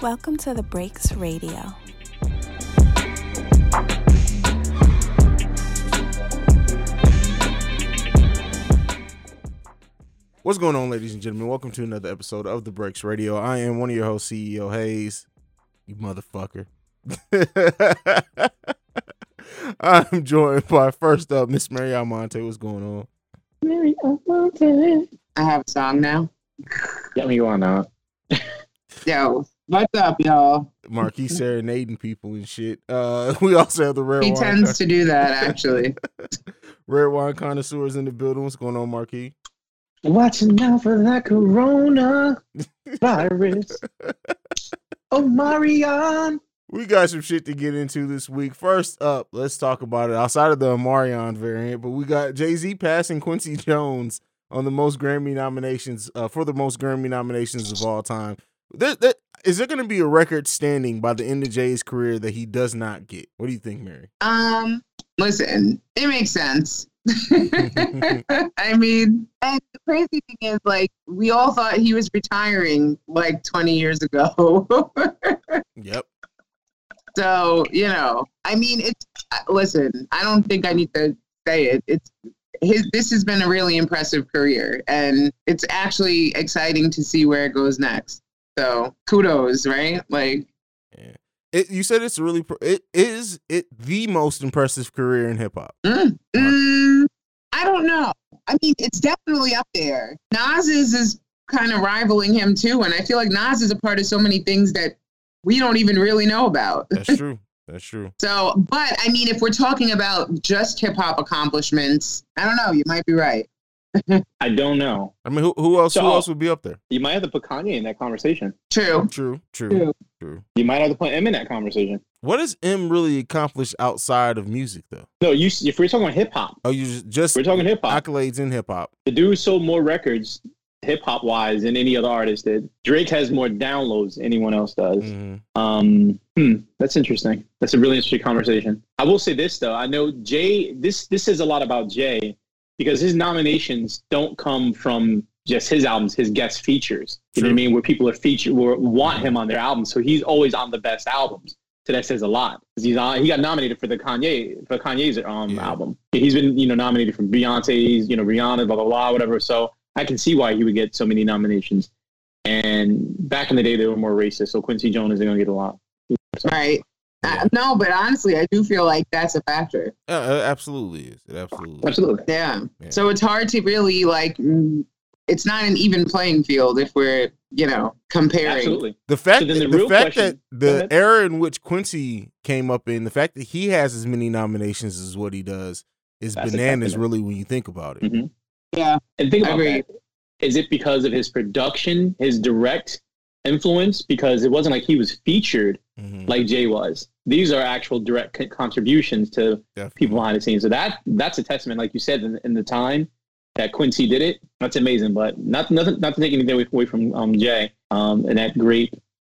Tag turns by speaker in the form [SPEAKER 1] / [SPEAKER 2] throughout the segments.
[SPEAKER 1] Welcome to the Breaks Radio.
[SPEAKER 2] What's going on, ladies and gentlemen? Welcome to another episode of The Breaks Radio. I am one of your hosts, CEO Hayes. You motherfucker. I'm joined by first up Miss Mary Almonte. What's going on?
[SPEAKER 3] I have a song now.
[SPEAKER 4] Yeah, you are not.
[SPEAKER 3] Yo, what's up, y'all?
[SPEAKER 2] Marquis serenading people and shit. Uh, we also have the rare
[SPEAKER 3] He
[SPEAKER 2] wine,
[SPEAKER 3] tends to do that, actually.
[SPEAKER 2] rare wine connoisseurs in the building. What's going on, Marquis?
[SPEAKER 4] Watching out for that corona virus. oh, Marion.
[SPEAKER 2] We got some shit to get into this week. First up, let's talk about it outside of the Amarion variant, but we got Jay Z passing Quincy Jones on the most Grammy nominations uh, for the most Grammy nominations of all time. There, there, is there going to be a record standing by the end of Jay's career that he does not get? What do you think, Mary?
[SPEAKER 3] Um, listen, it makes sense. I mean, and the crazy thing is, like, we all thought he was retiring like 20 years ago.
[SPEAKER 2] Yep.
[SPEAKER 3] so, you know, I mean, it's uh, listen, I don't think I need to say it. It's his, this has been a really impressive career, and it's actually exciting to see where it goes next. So, kudos, right? Like,
[SPEAKER 2] It, you said it's really pr- it is it the most impressive career in hip hop.
[SPEAKER 3] Mm, mm, I don't know. I mean, it's definitely up there. Nas is, is kind of rivaling him too, and I feel like Nas is a part of so many things that we don't even really know about.
[SPEAKER 2] That's true. That's true.
[SPEAKER 3] So, but I mean, if we're talking about just hip hop accomplishments, I don't know. You might be right.
[SPEAKER 4] I don't know.
[SPEAKER 2] I mean, who, who else? who
[SPEAKER 4] So-
[SPEAKER 2] else would be up there?
[SPEAKER 4] You might have to put Kanye in that conversation.
[SPEAKER 3] True.
[SPEAKER 2] True. True.
[SPEAKER 3] True.
[SPEAKER 2] True.
[SPEAKER 4] You might have to put him in that conversation.
[SPEAKER 2] What does M really accomplish outside of music, though?
[SPEAKER 4] No, you. If we're talking hip hop,
[SPEAKER 2] Oh, you just, just
[SPEAKER 4] we're talking hip hop.
[SPEAKER 2] accolades in hip hop.
[SPEAKER 4] The dude sold more records, hip hop wise, than any other artist did. Drake has more downloads than anyone else does.
[SPEAKER 2] Mhm.
[SPEAKER 4] Um, hmm, that's interesting. That's a really interesting conversation. I will say this though. I know Jay. This this is a lot about Jay because his nominations don't come from just his albums, his guest features. You know what I
[SPEAKER 2] True.
[SPEAKER 4] mean? Where people are featured, or want him on their albums. So he's always on the best albums. So that says a lot. 'Cause He's on, he got nominated for the Kanye for Kanye's um
[SPEAKER 2] Yeah.
[SPEAKER 4] album. He's been you know nominated for Beyonce's, you know Rihanna, blah blah blah, whatever. So I can see why he would get so many nominations. And back in the day, they were more racist. So Quincy Jones isn't going to get a lot.
[SPEAKER 3] Right. I, no, but honestly, I do feel like that's a factor.
[SPEAKER 2] Uh, it absolutely is. It absolutely. Is.
[SPEAKER 4] Absolutely.
[SPEAKER 3] Yeah.
[SPEAKER 2] Yeah.
[SPEAKER 3] So it's hard to really like. mm, It's not an even playing field if we're you know comparing.
[SPEAKER 4] Absolutely.
[SPEAKER 2] The fact,
[SPEAKER 4] So then
[SPEAKER 2] the,
[SPEAKER 4] the real
[SPEAKER 2] fact
[SPEAKER 4] question-
[SPEAKER 2] that
[SPEAKER 4] Go
[SPEAKER 2] the
[SPEAKER 4] ahead.
[SPEAKER 2] era in which Quincy came up in, the fact that he has as many nominations as what he does is
[SPEAKER 4] That's
[SPEAKER 2] bananas.
[SPEAKER 4] exactly it.
[SPEAKER 2] Really, when you think about it.
[SPEAKER 4] Mhm.
[SPEAKER 3] Yeah.
[SPEAKER 4] And think about
[SPEAKER 3] Agreed.
[SPEAKER 4] that. Is it because of his production, his direct influence? Because it wasn't like he was featured
[SPEAKER 2] Mhm.
[SPEAKER 4] like Jay was. These are actual direct con- contributions to
[SPEAKER 2] Definitely.
[SPEAKER 4] people behind the scenes. So that that's a testament, like you said, in, in the time that Quincy did it. That's amazing. But not nothing, not to take anything away, away from um, Jay um, and that great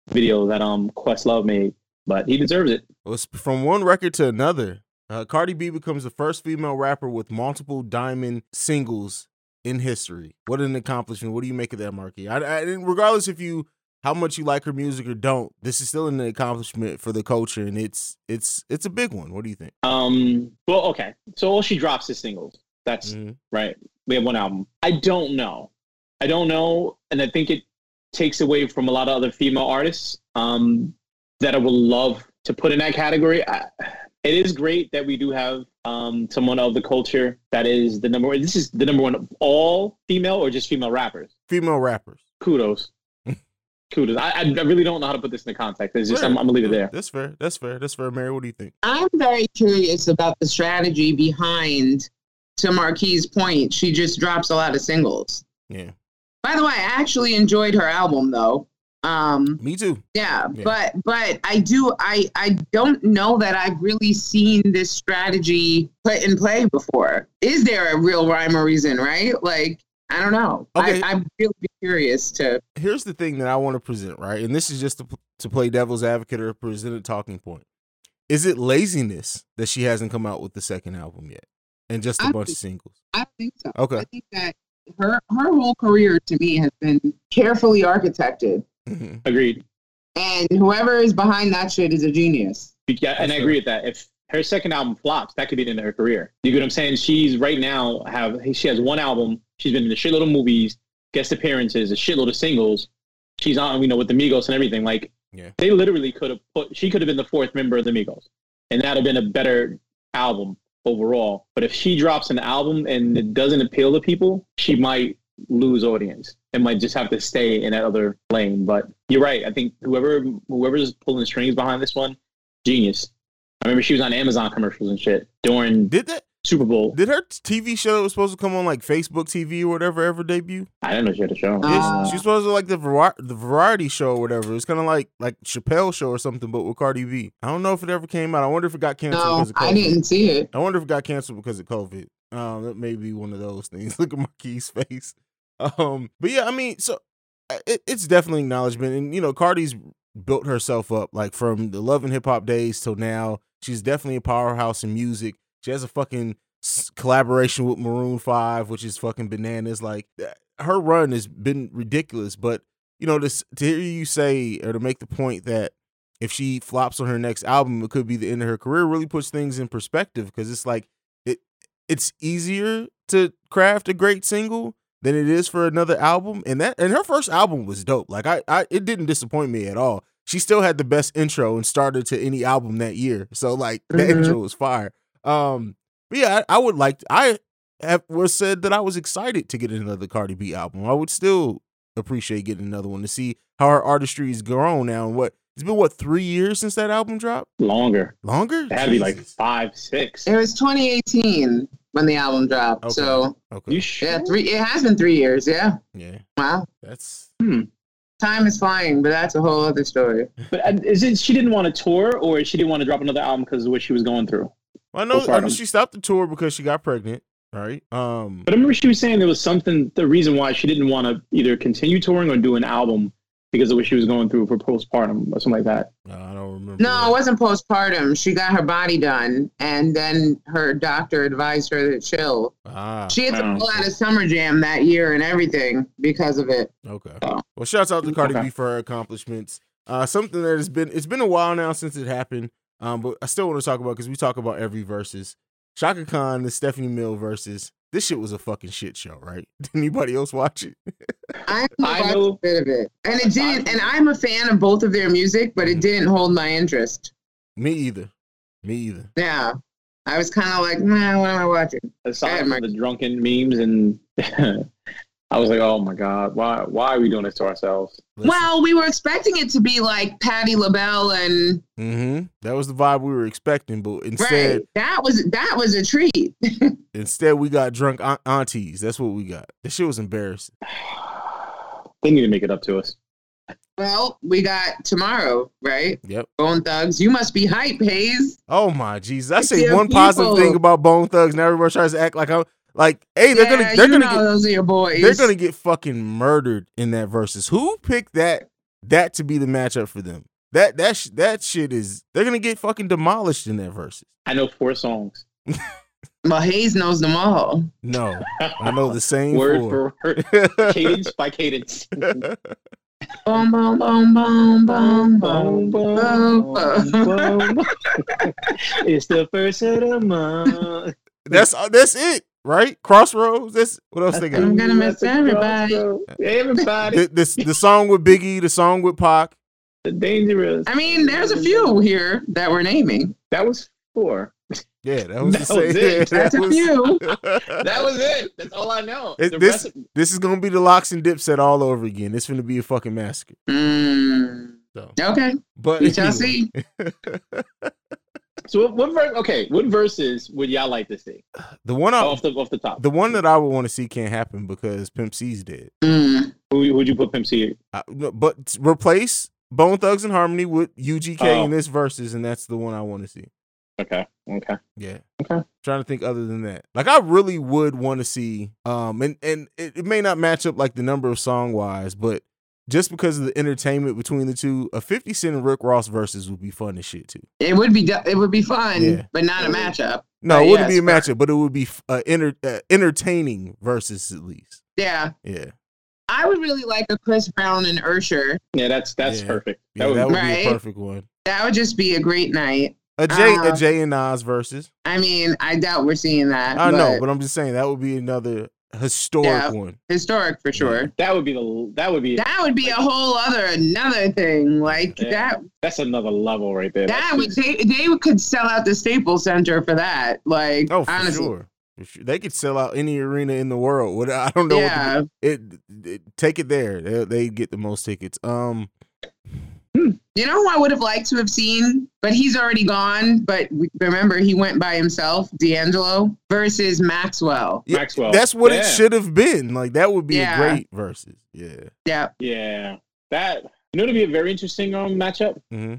[SPEAKER 4] video that um Questlove made. But he deserves it.
[SPEAKER 2] Well, it's from one record to another, uh, Cardi B becomes the first female rapper with multiple diamond singles in history. What an accomplishment! What do you make of that, Marky? I, I, and regardless if you how much you like her music or don't, this is still an accomplishment for the culture, and it's it's it's a big one. What do you think?
[SPEAKER 4] Um. Well, okay. So all she drops is singles. That's
[SPEAKER 2] Mm-hmm.
[SPEAKER 4] right? We have one album. I don't know. I don't know, and I think it takes away from a lot of other female artists um, that I would love to put in that category. I, it is great that we do have um, someone of the culture that is the number one. This is the number one of all female or just female rappers.
[SPEAKER 2] Female rappers.
[SPEAKER 4] Kudos. Kudos. I, I I really don't know how to put this into context. It's just, I'm, I'm going to leave it there.
[SPEAKER 2] That's fair. That's fair. That's fair. Mary, what do you think?
[SPEAKER 3] I'm very curious about the strategy behind, to Marquis' point, she just drops a lot of singles.
[SPEAKER 2] Yeah,
[SPEAKER 3] By the way, I actually enjoyed her album though. Um,
[SPEAKER 2] me too.
[SPEAKER 3] yeah,
[SPEAKER 2] Yeah.
[SPEAKER 3] but but I do I I don't know that I've really seen this strategy put in play before. Is there a real rhyme or reason? Right? Like I don't know.
[SPEAKER 2] Okay.
[SPEAKER 3] I, I'm really curious to.
[SPEAKER 2] here's the thing that I want to present, right? And this is just to, p- to play devil's advocate or present a talking point. Is it laziness that she hasn't come out with the second album yet and just a
[SPEAKER 3] I
[SPEAKER 2] bunch of
[SPEAKER 3] think-
[SPEAKER 2] singles?
[SPEAKER 3] I don't think so.
[SPEAKER 2] Okay.
[SPEAKER 3] I think that her her whole career to me has been carefully architected.
[SPEAKER 2] Mhm.
[SPEAKER 4] Agreed.
[SPEAKER 3] And whoever is behind that shit is a genius.
[SPEAKER 4] Yeah, and I agree with that. If her second album flops, that could be the end of her career. You get what I'm saying? She's right now have she has one album. She's been in a shitload of movies, guest appearances, a shitload of singles. She's on, you know, with the Migos and everything. Like,
[SPEAKER 2] Yeah.
[SPEAKER 4] they literally could have put. She could have been the fourth member of the Migos, and that'd have been a better album overall. But if she drops an album and it doesn't appeal to people, she might lose audience and might just have to stay in that other lane. But you're right. I think whoever whoever's pulling the strings behind this one, genius. I remember she was on Amazon commercials and shit during
[SPEAKER 2] Did that?
[SPEAKER 4] Super Bowl.
[SPEAKER 2] Did her TV show that was supposed to come on like Facebook TV or whatever ever debut?
[SPEAKER 4] I didn't know she had a show.
[SPEAKER 3] Uh,
[SPEAKER 2] It's- she's supposed to like the vari- the variety show or whatever. It's kind of like like Chappelle show or something, but with Cardi B. I don't know if it ever came out. I wonder if it got canceled.
[SPEAKER 3] No,
[SPEAKER 2] because of
[SPEAKER 3] I
[SPEAKER 2] COVID.
[SPEAKER 3] didn't see it.
[SPEAKER 2] I wonder if it got canceled because of COVID. Um, that may be one of those things. Look at Marquis' face. Um, but yeah, I mean, so uh, it, it's definitely acknowledgement, and you know, Cardi's built herself up like from the love and hip hop days till now. She's definitely a powerhouse in music. She has a fucking s- collaboration with Maroon Five, which is fucking bananas. Like th- her run has been ridiculous. But you know, this to hear you say or to make the point that if she flops on her next album, it could be the end of her career. Really puts things in perspective because it's like it it's easier to craft a great single than it is for another album. And that and her first album was dope. Like I, I it didn't disappoint me at all. She still had the best intro and started to any album that year. So like the
[SPEAKER 3] Mhm.
[SPEAKER 2] intro was fire. Um but yeah, I, I would like I have, was said that I was excited to get another Cardi B album. I would still appreciate getting another one to see how her artistry has grown now and what it's been what three years since that album dropped?
[SPEAKER 4] Longer.
[SPEAKER 2] Longer?
[SPEAKER 4] It had to be like
[SPEAKER 2] Jesus.
[SPEAKER 4] five, six.
[SPEAKER 3] It was 2018 when the album dropped.
[SPEAKER 2] Okay.
[SPEAKER 3] So
[SPEAKER 2] okay.
[SPEAKER 4] You sure?
[SPEAKER 3] yeah, three. It has been three years. Yeah.
[SPEAKER 2] yeah.
[SPEAKER 3] Wow.
[SPEAKER 2] That's
[SPEAKER 3] Time is flying, but that's a whole other story.
[SPEAKER 4] But uh, is it she didn't want to tour or she didn't want to drop another album because of what she was going through?
[SPEAKER 2] Well, I know. I
[SPEAKER 4] Postpartum.
[SPEAKER 2] know she stopped the tour because she got pregnant, right? Um,
[SPEAKER 4] But I remember she was saying there was something, the reason why she didn't want to either continue touring or do an album because of what she was going through for postpartum or something like that.
[SPEAKER 2] no, I don't remember.
[SPEAKER 3] No, it
[SPEAKER 2] that.
[SPEAKER 3] wasn't postpartum. She got her body done, and then her doctor advised her to chill.
[SPEAKER 2] Ah,
[SPEAKER 3] She had to
[SPEAKER 4] Oh.
[SPEAKER 3] pull out a summer jam that year and everything because of it.
[SPEAKER 2] okay. Well, shouts out to Cardi
[SPEAKER 4] Oh. Okay.
[SPEAKER 2] B for her accomplishments. Uh, something that has been it's been a while now since it happened. Um, but I still want to talk about because we talk about every versus Shaka Khan and Stephanie Mill versus. This shit was a fucking shit show, right? Did anybody else watch it?
[SPEAKER 4] I
[SPEAKER 3] I, watched
[SPEAKER 4] know-
[SPEAKER 3] a bit of it, and it didn't. And I'm a fan of both of their music, but it didn't hold my interest.
[SPEAKER 2] Me either. Me either.
[SPEAKER 3] Yeah, I was kind of like, nah, what am I watching?
[SPEAKER 4] Aside
[SPEAKER 3] Yeah,
[SPEAKER 4] from
[SPEAKER 3] Mike.
[SPEAKER 4] the drunken memes and I was like, oh my God, why, why are we doing this to ourselves?
[SPEAKER 3] Well, we were expecting it to be like Patti LaBelle, and
[SPEAKER 2] Mm-hmm. That was the vibe we were expecting, but instead,
[SPEAKER 3] right, that was that was a treat.
[SPEAKER 2] instead we got drunk aunt- aunties. That's what we got. That shit was embarrassing.
[SPEAKER 4] They need to make it up to us.
[SPEAKER 3] Well, we got tomorrow, right?
[SPEAKER 2] Yep.
[SPEAKER 3] Bone Thugs. You must be hype, Hayes.
[SPEAKER 2] Oh my Jesus! I
[SPEAKER 3] It's
[SPEAKER 2] say
[SPEAKER 3] your
[SPEAKER 2] one positive
[SPEAKER 3] people.
[SPEAKER 2] thing about Bone Thugs, and everybody tries to act like I'm like, hey, they're
[SPEAKER 3] Yeah,
[SPEAKER 2] gonna they're
[SPEAKER 3] you
[SPEAKER 2] gonna
[SPEAKER 3] know those are your boys.
[SPEAKER 2] get, they're gonna get fucking murdered in that versus. Who picked that that to be the matchup for them? That that sh- that shit is they're gonna get fucking demolished in that versus.
[SPEAKER 4] I know four songs.
[SPEAKER 3] Well, Hayes knows them all.
[SPEAKER 2] No, I know the same
[SPEAKER 4] Word
[SPEAKER 2] four.
[SPEAKER 4] for word. cadence by cadence.
[SPEAKER 3] Boom, boom, boom, boom, boom, boom. boom,
[SPEAKER 4] boom. it's the first of the month.
[SPEAKER 2] that's uh, that's it, right? Crossroads. That's what else they got.
[SPEAKER 3] I'm gonna miss everybody.
[SPEAKER 4] Everybody.
[SPEAKER 2] The, this the song with Biggie, the song with Pac.
[SPEAKER 4] The dangerous.
[SPEAKER 3] I mean, there's a few here that we're naming.
[SPEAKER 4] That was four.
[SPEAKER 2] Yeah, that was
[SPEAKER 4] That
[SPEAKER 2] the
[SPEAKER 4] was
[SPEAKER 2] same.
[SPEAKER 4] it.
[SPEAKER 2] yeah,
[SPEAKER 3] That's
[SPEAKER 2] that
[SPEAKER 3] a
[SPEAKER 2] was-
[SPEAKER 3] few.
[SPEAKER 4] That was it. That's all I know.
[SPEAKER 2] It-
[SPEAKER 4] the
[SPEAKER 2] this-
[SPEAKER 4] rest of-
[SPEAKER 2] this is gonna be the locks and dipset all over again. It's gonna be a fucking massacre.
[SPEAKER 3] Mm,
[SPEAKER 2] So,
[SPEAKER 3] okay,
[SPEAKER 2] but
[SPEAKER 3] we shall see.
[SPEAKER 4] so what, what verse? Okay, what verses would y'all like to see
[SPEAKER 2] the one I,
[SPEAKER 4] off the off the top?
[SPEAKER 2] Oh. the one that I would want to see can't happen because Pimp C's dead.
[SPEAKER 3] Mm,
[SPEAKER 4] Who would you put Pimp C?
[SPEAKER 2] I, no, but t- replace Bone Thugs and Harmony with UGK
[SPEAKER 4] Oh.
[SPEAKER 2] in this versus, and that's the one I want to see.
[SPEAKER 4] Okay, okay.
[SPEAKER 2] Yeah.
[SPEAKER 4] Okay.
[SPEAKER 2] Trying to think other than that. Like I really would want to see um and and it, it may not match up like the number of song wise, but just because of the entertainment between the two, a 50 Cent and Rick Ross versus would be fun as shit too.
[SPEAKER 3] it would be do- it would be fun,
[SPEAKER 2] Yeah.
[SPEAKER 3] but not a matchup.
[SPEAKER 2] No,
[SPEAKER 3] Uh,
[SPEAKER 2] it wouldn't
[SPEAKER 3] yes,
[SPEAKER 2] be a matchup, but it would be f- uh, enter- uh, entertaining versus at least.
[SPEAKER 3] Yeah,
[SPEAKER 2] Yeah.
[SPEAKER 3] I would really like a Chris Brown and Usher.
[SPEAKER 4] Yeah, that's that's
[SPEAKER 2] Yeah.
[SPEAKER 4] perfect.
[SPEAKER 2] Yeah, that would be
[SPEAKER 3] Right?
[SPEAKER 2] a perfect one.
[SPEAKER 3] That would just be a great night.
[SPEAKER 2] A Jay, a
[SPEAKER 3] Uh,
[SPEAKER 2] Jay and Nas versus.
[SPEAKER 3] I mean, I doubt we're seeing that.
[SPEAKER 2] I
[SPEAKER 3] but
[SPEAKER 2] know, but I'm just saying that would be another historic
[SPEAKER 3] Yeah.
[SPEAKER 2] one.
[SPEAKER 3] historic for sure.
[SPEAKER 4] that would be the that would be
[SPEAKER 3] That would be a whole other another thing. Like
[SPEAKER 4] Yeah.
[SPEAKER 3] that
[SPEAKER 4] that's another level right there.
[SPEAKER 3] that
[SPEAKER 4] That's
[SPEAKER 3] would
[SPEAKER 4] just-
[SPEAKER 3] they they could sell out the Staples Center for that. Like
[SPEAKER 2] Oh, for
[SPEAKER 3] honestly.
[SPEAKER 2] sure. For sure. They could sell out any arena in the world. What I don't know. what the-
[SPEAKER 3] Yeah.
[SPEAKER 2] it, it- take it there. They, they get the most tickets. Um,
[SPEAKER 3] You know who I would have liked to have seen, but he's already gone. But we- remember, he went by himself, D'Angelo versus Maxwell.
[SPEAKER 2] yeah,
[SPEAKER 4] Maxwell.
[SPEAKER 2] that's what
[SPEAKER 4] Oh, yeah.
[SPEAKER 2] it should have been. Like that would be
[SPEAKER 3] Yeah.
[SPEAKER 2] a great versus. Yeah.
[SPEAKER 3] Yeah.
[SPEAKER 4] Yeah, that you know to be a very interesting um matchup.
[SPEAKER 2] hmm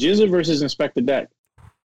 [SPEAKER 4] Jizzle versus Inspector Deck.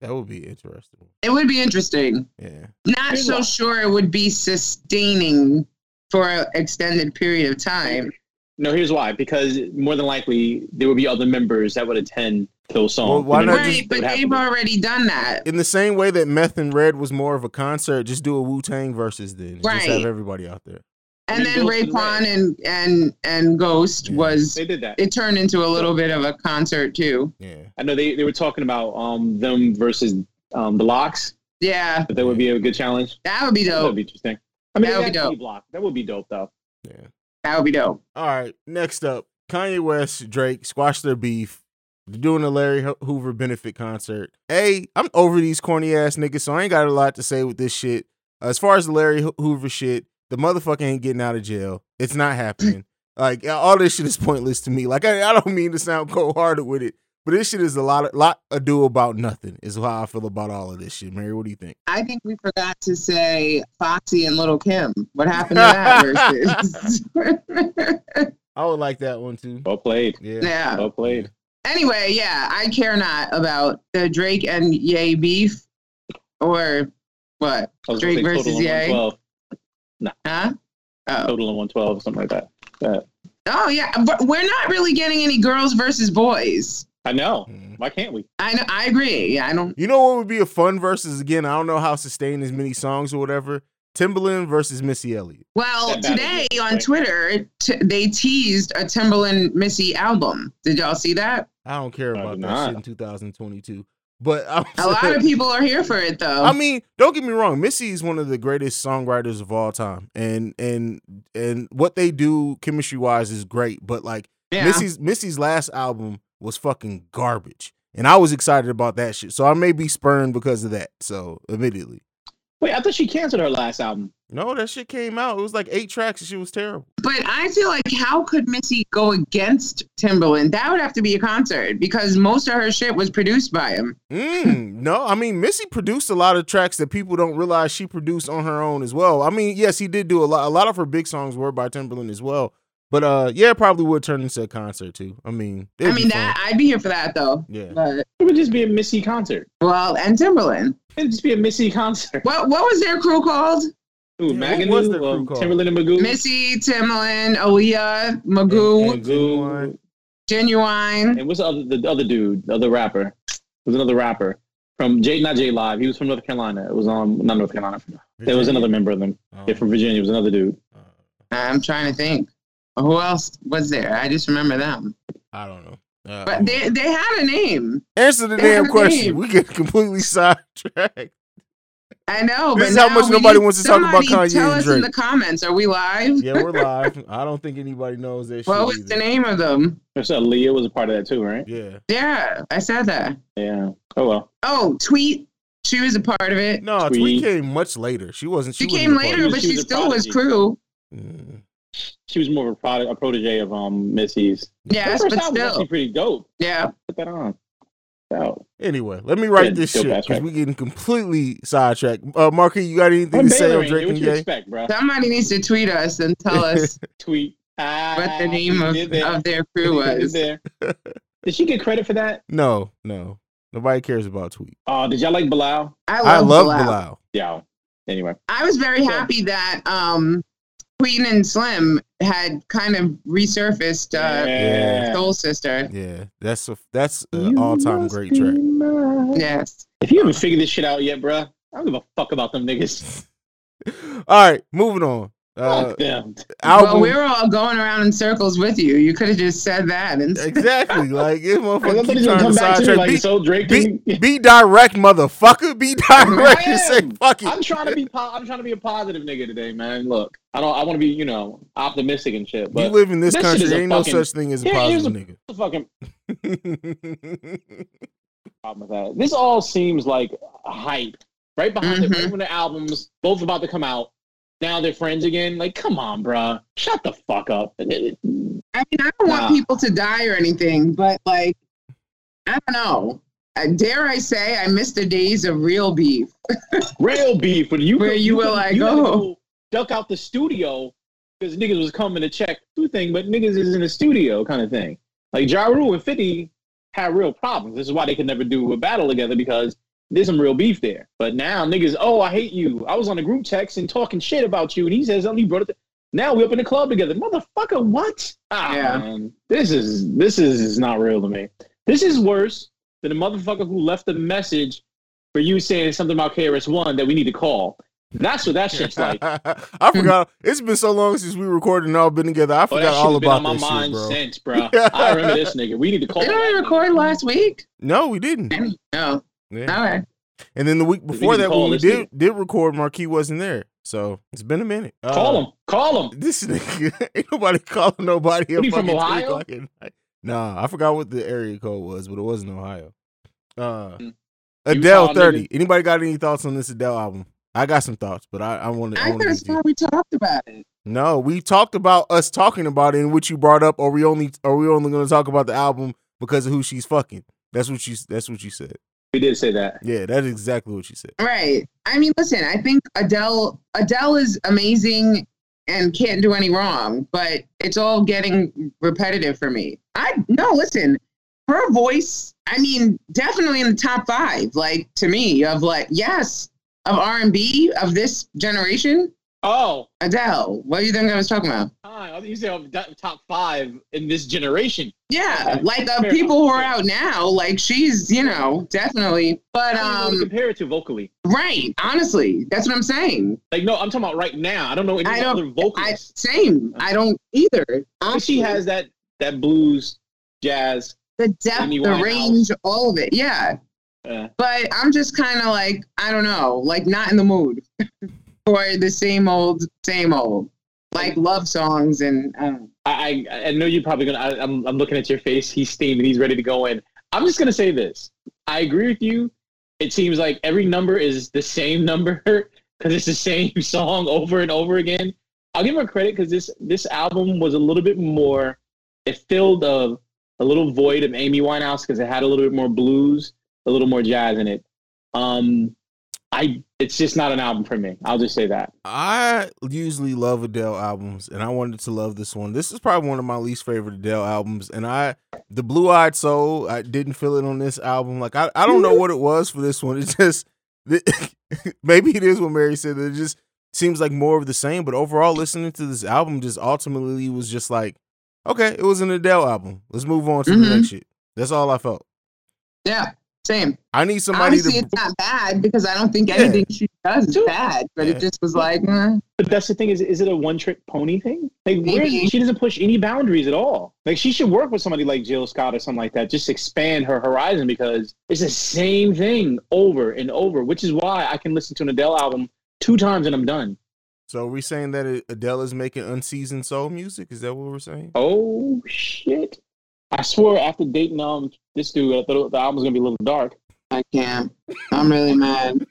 [SPEAKER 2] That would be interesting.
[SPEAKER 3] It would be interesting.
[SPEAKER 2] Yeah.
[SPEAKER 3] Not so
[SPEAKER 4] Meanwhile-
[SPEAKER 3] sure it would be sustaining for an extended period of time.
[SPEAKER 4] No, here's why. Because more than likely there would be other members that would attend those songs.
[SPEAKER 2] Well, why
[SPEAKER 4] You know,
[SPEAKER 2] not
[SPEAKER 4] it
[SPEAKER 3] Right,
[SPEAKER 4] would
[SPEAKER 3] but
[SPEAKER 4] happen.
[SPEAKER 3] they've already done that.
[SPEAKER 2] In the same way that Meth and Red was more of a concert, just do a Wu Tang versus then. and Just have
[SPEAKER 3] Right.
[SPEAKER 2] everybody out there.
[SPEAKER 3] And then
[SPEAKER 4] Migos and
[SPEAKER 3] Raekwon
[SPEAKER 4] Ray.
[SPEAKER 3] and and and Ghost
[SPEAKER 2] Yeah.
[SPEAKER 3] was
[SPEAKER 4] They did that.
[SPEAKER 3] it turned into a little bit of a concert too.
[SPEAKER 2] Yeah.
[SPEAKER 4] I know they, they were talking about um them versus um the locks.
[SPEAKER 3] Yeah,
[SPEAKER 4] But that would be a good challenge.
[SPEAKER 3] that would be
[SPEAKER 4] That would
[SPEAKER 3] dope.
[SPEAKER 4] be interesting. I mean,
[SPEAKER 3] That would
[SPEAKER 4] that
[SPEAKER 3] be
[SPEAKER 4] could be
[SPEAKER 3] dope.
[SPEAKER 4] block. That would be dope though.
[SPEAKER 2] Yeah.
[SPEAKER 3] That would be dope.
[SPEAKER 2] All right. Next up, Kanye West, Drake squash their beef. They're doing a Larry Ho- Hoover benefit concert. Hey, I'm over these corny ass niggas, so I ain't got a lot to say with this shit. As far as the Larry Ho- Hoover shit, the motherfucker ain't getting out of jail. It's not happening. like all this shit is pointless to me. Like I, I don't mean to sound cold hearted with it, but this shit is a lot, of, lot ado about nothing. Is how I feel about all of this shit, Mary. What do you think?
[SPEAKER 3] I think we forgot to say Foxy and Little Kim. What happened to that versus?
[SPEAKER 2] I would like that one too.
[SPEAKER 4] Well played.
[SPEAKER 2] Yeah.
[SPEAKER 3] yeah.
[SPEAKER 4] Well played.
[SPEAKER 3] Anyway, yeah, I care not about the Drake and Ye beef or what?
[SPEAKER 4] I was
[SPEAKER 3] Drake
[SPEAKER 4] gonna say
[SPEAKER 3] versus E
[SPEAKER 4] total
[SPEAKER 3] Ye.
[SPEAKER 4] on 112,
[SPEAKER 3] Huh? Oh.
[SPEAKER 4] total on 112, something like that.
[SPEAKER 3] oh, yeah. But we're not really getting any girls versus boys.
[SPEAKER 4] I know.
[SPEAKER 2] Mhm.
[SPEAKER 4] Why can't we?
[SPEAKER 3] I know, I agree. I don't.
[SPEAKER 2] You know what would be a fun versus again? I don't know how sustained as many songs or whatever. Timbaland versus Missy Elliott.
[SPEAKER 3] Well,
[SPEAKER 4] That battle
[SPEAKER 3] today
[SPEAKER 4] was
[SPEAKER 3] on
[SPEAKER 4] great.
[SPEAKER 3] Twitter, t- they teased a Timberland Missy album. Did y'all see that?
[SPEAKER 2] I don't care
[SPEAKER 4] I
[SPEAKER 2] about
[SPEAKER 4] do
[SPEAKER 2] that
[SPEAKER 4] not.
[SPEAKER 2] shit in 2022. But I'm
[SPEAKER 3] A lot of people are here for it, though.
[SPEAKER 2] I mean, don't get me wrong. Missy is one of the greatest songwriters of all time, and and and what they do chemistry wise is great. But like
[SPEAKER 3] yeah.
[SPEAKER 2] Missy's Missy's last album was fucking garbage, and I was excited about that shit. So I may be spurned because of that. So admittedly,
[SPEAKER 4] Wait, I thought she canceled her last album.
[SPEAKER 2] no, that shit came out. It was like eight tracks, and shit was terrible.
[SPEAKER 3] But I feel like how could Missy go against Timberland? That would have to be a concert because most of her shit was produced by him.
[SPEAKER 2] Mm, no, I mean Missy produced a lot of tracks that people don't realize she produced on her own as well. I mean, yes, he did do a lot. A lot of her big songs were by Timberland as well. But uh, yeah, it probably would turn into a concert too. I mean, it'd
[SPEAKER 3] I
[SPEAKER 2] be
[SPEAKER 3] mean, that
[SPEAKER 2] fun.
[SPEAKER 3] I'd be here for that though.
[SPEAKER 2] yeah.
[SPEAKER 3] But
[SPEAKER 4] It would just be a Missy concert.
[SPEAKER 3] well, and Timberland.
[SPEAKER 4] It would just be a Missy concert.
[SPEAKER 3] What what was their crew called?
[SPEAKER 4] Ooh,
[SPEAKER 2] Yeah,
[SPEAKER 4] Maganu,
[SPEAKER 2] what was their crew
[SPEAKER 4] um,
[SPEAKER 2] called?
[SPEAKER 4] Timberland and Magoo.
[SPEAKER 3] Missy, Timberland, Aaliyah, Magoo,
[SPEAKER 2] And-
[SPEAKER 4] Magoo.
[SPEAKER 3] Genuine.
[SPEAKER 4] And what's the other, the other dude, the other rapper? It was another rapper from J, not J Live. He was from North Carolina. It was on not North Carolina. There was another member of them.
[SPEAKER 2] Oh,
[SPEAKER 4] Yeah, from Virginia. It was another dude.
[SPEAKER 2] uh,
[SPEAKER 3] I'm trying to think. Who else was there? I just remember them.
[SPEAKER 2] I don't know. Uh,
[SPEAKER 3] But they they had a name.
[SPEAKER 2] answer the
[SPEAKER 3] they
[SPEAKER 2] damn
[SPEAKER 3] have a
[SPEAKER 2] question.
[SPEAKER 3] name.
[SPEAKER 2] We get completely sidetracked.
[SPEAKER 3] I know.
[SPEAKER 2] This
[SPEAKER 3] but
[SPEAKER 2] is how
[SPEAKER 3] now
[SPEAKER 2] much
[SPEAKER 3] we
[SPEAKER 2] nobody
[SPEAKER 3] need-
[SPEAKER 2] wants to talk about
[SPEAKER 3] somebody
[SPEAKER 2] Kanye
[SPEAKER 3] Tell
[SPEAKER 2] and
[SPEAKER 3] us in
[SPEAKER 2] Drake.
[SPEAKER 3] the comments. Are we live?
[SPEAKER 2] Yeah, we're live. I don't think anybody knows that.
[SPEAKER 3] What
[SPEAKER 2] shit
[SPEAKER 3] was the
[SPEAKER 2] either.
[SPEAKER 3] name of them?
[SPEAKER 4] So Leah was a part of that too, right?
[SPEAKER 2] Yeah.
[SPEAKER 3] Yeah, I said that.
[SPEAKER 2] Mm-hmm.
[SPEAKER 4] Yeah. Oh well.
[SPEAKER 3] Oh, tweet. She was a part of it.
[SPEAKER 2] No, Tweet,
[SPEAKER 4] Tweet.
[SPEAKER 2] came much later. She wasn't.
[SPEAKER 3] she
[SPEAKER 2] She,
[SPEAKER 3] came
[SPEAKER 2] wasn't a part
[SPEAKER 3] later,
[SPEAKER 2] of
[SPEAKER 4] She
[SPEAKER 3] but she
[SPEAKER 4] was a
[SPEAKER 3] still was
[SPEAKER 4] prodigy.
[SPEAKER 3] crew.
[SPEAKER 2] it. Mm.
[SPEAKER 4] She was more of a, prod- a protege of um Missy's.
[SPEAKER 3] Yes,
[SPEAKER 4] Her first
[SPEAKER 3] but
[SPEAKER 4] album was
[SPEAKER 3] still,
[SPEAKER 4] actually pretty dope.
[SPEAKER 3] yeah.
[SPEAKER 4] Put that on. Out.
[SPEAKER 2] Anyway, let me write
[SPEAKER 4] Yeah,
[SPEAKER 2] this
[SPEAKER 4] go
[SPEAKER 2] shit
[SPEAKER 4] fast
[SPEAKER 2] because
[SPEAKER 4] track.
[SPEAKER 2] we getting completely sidetracked. Uh, Marquis, you got anything
[SPEAKER 4] I'm
[SPEAKER 2] to say on
[SPEAKER 4] bailing.
[SPEAKER 2] Drake
[SPEAKER 4] What
[SPEAKER 2] and
[SPEAKER 4] you
[SPEAKER 2] Ye?
[SPEAKER 4] expect, bro?
[SPEAKER 3] Somebody needs to tweet us and tell us
[SPEAKER 4] Tweet. Ah,
[SPEAKER 3] what the name
[SPEAKER 4] you
[SPEAKER 3] of,
[SPEAKER 4] did there.
[SPEAKER 3] of their crew
[SPEAKER 4] You did
[SPEAKER 3] was.
[SPEAKER 4] there. Did she get credit for that?
[SPEAKER 2] No, no, nobody cares about Tweet.
[SPEAKER 4] Oh, did y'all like Bilal?
[SPEAKER 3] I love,
[SPEAKER 2] I love
[SPEAKER 3] Bilal.
[SPEAKER 2] Bilal.
[SPEAKER 4] Yeah. Anyway,
[SPEAKER 3] I was very
[SPEAKER 4] Yeah.
[SPEAKER 3] happy that um, Queen and Slim had kind of resurfaced uh,
[SPEAKER 2] Yeah.
[SPEAKER 3] Soul Sister.
[SPEAKER 2] Yeah, that's a that's
[SPEAKER 4] You
[SPEAKER 2] an all time
[SPEAKER 4] must
[SPEAKER 2] great
[SPEAKER 4] be
[SPEAKER 2] track.
[SPEAKER 4] mine.
[SPEAKER 3] Yes.
[SPEAKER 4] If you haven't figured this shit out yet, bro, I don't give a fuck about them niggas.
[SPEAKER 2] All right, moving on. Uh,
[SPEAKER 4] Fuck them.
[SPEAKER 2] album.
[SPEAKER 3] Well, we were all going around in circles with you. You could have just said that. And
[SPEAKER 2] Uh, exactly. Like this
[SPEAKER 4] And
[SPEAKER 2] motherfucker keep
[SPEAKER 4] nobody's gonna
[SPEAKER 2] trying to
[SPEAKER 4] come back to me
[SPEAKER 2] sidetrack.
[SPEAKER 4] like,
[SPEAKER 2] be,
[SPEAKER 4] so Drake
[SPEAKER 2] be,
[SPEAKER 4] can,
[SPEAKER 2] be direct, motherfucker. Be direct. You say
[SPEAKER 4] am.
[SPEAKER 2] fuck it.
[SPEAKER 4] I'm trying to be po- I'm trying to be a positive nigga today, man. Look, I don't I want to be you know optimistic and shit,
[SPEAKER 2] you
[SPEAKER 4] but
[SPEAKER 2] live in this,
[SPEAKER 4] this shit
[SPEAKER 2] country.
[SPEAKER 4] is a
[SPEAKER 2] Ain't no
[SPEAKER 4] fucking-
[SPEAKER 2] such thing as a
[SPEAKER 4] Here- here's
[SPEAKER 2] positive
[SPEAKER 4] the fucking
[SPEAKER 2] nigga.
[SPEAKER 4] problem with that. This all seems like hype right behind it,
[SPEAKER 2] Mm-hmm.
[SPEAKER 3] Mhm.
[SPEAKER 4] right when the albums both about to come out. Now they're friends again. Like, come on, bruh. Shut the fuck up. And it- it-
[SPEAKER 3] I mean, I don't want
[SPEAKER 4] Nah.
[SPEAKER 3] people to die or anything, but like, I don't know. Uh, dare I say, I miss the days of real beef.
[SPEAKER 4] Rail beef, but you
[SPEAKER 3] Where
[SPEAKER 4] could-
[SPEAKER 3] you were
[SPEAKER 4] could-
[SPEAKER 3] like,
[SPEAKER 4] had to
[SPEAKER 3] oh.
[SPEAKER 4] go duck out the studio because niggas was coming to check two thing, but niggas is in the studio kind of thing. Like Ja Rule and Fifty had real problems. This is why they could never do a battle together because there's some real beef there. But now niggas, oh, I hate you. I was on a group text and talking shit about you, and he says something. He brought it. now we up in the club together, motherfucker. What? Ah,
[SPEAKER 3] Yeah.
[SPEAKER 4] man, this is this is, is not real to me. This is worse than the motherfucker who left a message for you saying something about KRS One that we need to call. That's what that shit's like.
[SPEAKER 2] I forgot. It's been so long since we recorded and all been together. I
[SPEAKER 4] Oh,
[SPEAKER 2] forgot
[SPEAKER 4] that shit
[SPEAKER 2] all
[SPEAKER 4] has been
[SPEAKER 2] about
[SPEAKER 4] on my
[SPEAKER 2] this
[SPEAKER 4] mind
[SPEAKER 2] shit, bro.
[SPEAKER 4] since, bro. I remember this nigga. We need to call.
[SPEAKER 3] Did I
[SPEAKER 4] that
[SPEAKER 3] record
[SPEAKER 4] nigga.
[SPEAKER 3] last week?
[SPEAKER 2] No, we didn't.
[SPEAKER 3] No.
[SPEAKER 2] Yeah.
[SPEAKER 3] All right.
[SPEAKER 2] And then the week
[SPEAKER 4] We
[SPEAKER 2] before that,
[SPEAKER 4] didn't call
[SPEAKER 2] when we
[SPEAKER 4] this
[SPEAKER 2] did did record, Marquis wasn't there, so it's been a minute. Uh,
[SPEAKER 4] Call him. Call him.
[SPEAKER 2] This nigga ain't nobody calling nobody. at
[SPEAKER 4] What, he from
[SPEAKER 2] fucking
[SPEAKER 4] Ohio?
[SPEAKER 2] 10 o'clock at night. Nah, I forgot what the area code was, but it wasn't Ohio. Uh,
[SPEAKER 4] Mm.
[SPEAKER 2] Adele
[SPEAKER 4] Utah, nigga.
[SPEAKER 2] thirty. Anybody got any thoughts on this Adele album? I got some thoughts, but I, I want to.
[SPEAKER 3] I could have thought we talked about it.
[SPEAKER 2] No, we talked about us talking about it and what you brought up. Are we only are we only going to talk about the album because of who she's fucking? That's what you that's what you said.
[SPEAKER 4] We did say that.
[SPEAKER 2] Yeah, that's exactly what you said.
[SPEAKER 3] Right. I mean, listen, I think Adele Adele is amazing and can't do any wrong, but it's all getting repetitive for me. I no, listen, her voice, I mean, definitely in the top 5 like to me of like yes, of R&B of this generation,
[SPEAKER 4] Oh,
[SPEAKER 3] Adele. What do you think I was talking about?
[SPEAKER 4] hi. you said I'm do- top five in this generation.
[SPEAKER 3] Yeah,
[SPEAKER 4] Okay.
[SPEAKER 3] like of
[SPEAKER 4] Fair
[SPEAKER 3] people who
[SPEAKER 4] enough.
[SPEAKER 3] are out now, like she's, you know, definitely.
[SPEAKER 4] I don't
[SPEAKER 3] But
[SPEAKER 4] even know what to
[SPEAKER 3] um
[SPEAKER 4] compare it to vocally.
[SPEAKER 3] right, honestly, that's what I'm saying.
[SPEAKER 4] Like, no, I'm talking about right now. I don't know any
[SPEAKER 3] I don't-
[SPEAKER 4] other
[SPEAKER 3] I
[SPEAKER 4] vocalist.
[SPEAKER 3] same. I don't either.
[SPEAKER 4] But she has that that blues, jazz.
[SPEAKER 3] the depth,
[SPEAKER 4] Amy
[SPEAKER 3] the
[SPEAKER 4] Winehouse.
[SPEAKER 3] range, all of it. Yeah,
[SPEAKER 4] Uh,
[SPEAKER 3] but I'm just kind of like I don't know, like not in the mood for the same old, same old, like love songs and um,
[SPEAKER 4] I, I I know you're probably gonna. I, I'm I'm looking at your face. He's steamed and he's ready to go in. I'm just gonna say this. I agree with you. It seems like every number is the same number because it's the same song over and over again. I'll give her credit because this this album was a little bit more. It filled a a little void of Amy Winehouse because it had a little bit more blues, a little more jazz in it. Um, I it's just not an album for me. I'll just say that.
[SPEAKER 2] I usually love Adele albums, and I wanted to love this one. This is probably one of my least favorite Adele albums, and I, the Blue Eyed Soul, I didn't feel it on this album. Like I, I don't know what it was for this one. It just, maybe it is what Mary said. It just seems like more of the same. But overall, listening to this album, just ultimately was just like, okay, it was an Adele album. Let's move on to the
[SPEAKER 3] Mhm.
[SPEAKER 2] next shit. That's all I felt.
[SPEAKER 3] yeah, same.
[SPEAKER 2] I need somebody
[SPEAKER 3] Honestly,
[SPEAKER 2] to.
[SPEAKER 3] it's not bad because I don't think
[SPEAKER 2] Yeah.
[SPEAKER 3] anything she does is
[SPEAKER 4] Dude.
[SPEAKER 3] bad, but
[SPEAKER 2] Yeah.
[SPEAKER 3] it just was like. eh.
[SPEAKER 4] But that's the thing is, is it a one trick pony thing? Like, where is,
[SPEAKER 3] Maybe.
[SPEAKER 4] she doesn't push any boundaries at all. Like, she should work with somebody like Jill Scott or something like that. Just expand her horizon because it's the same thing over and over, which is why I can listen to an Adele album two times and I'm done.
[SPEAKER 2] So are we saying that Adele is making unseasoned soul music? Is that what we're saying?
[SPEAKER 4] Oh shit! I swore after dating um this dude, I thought the album was gonna be a little dark.
[SPEAKER 3] I can't. I'm really mad.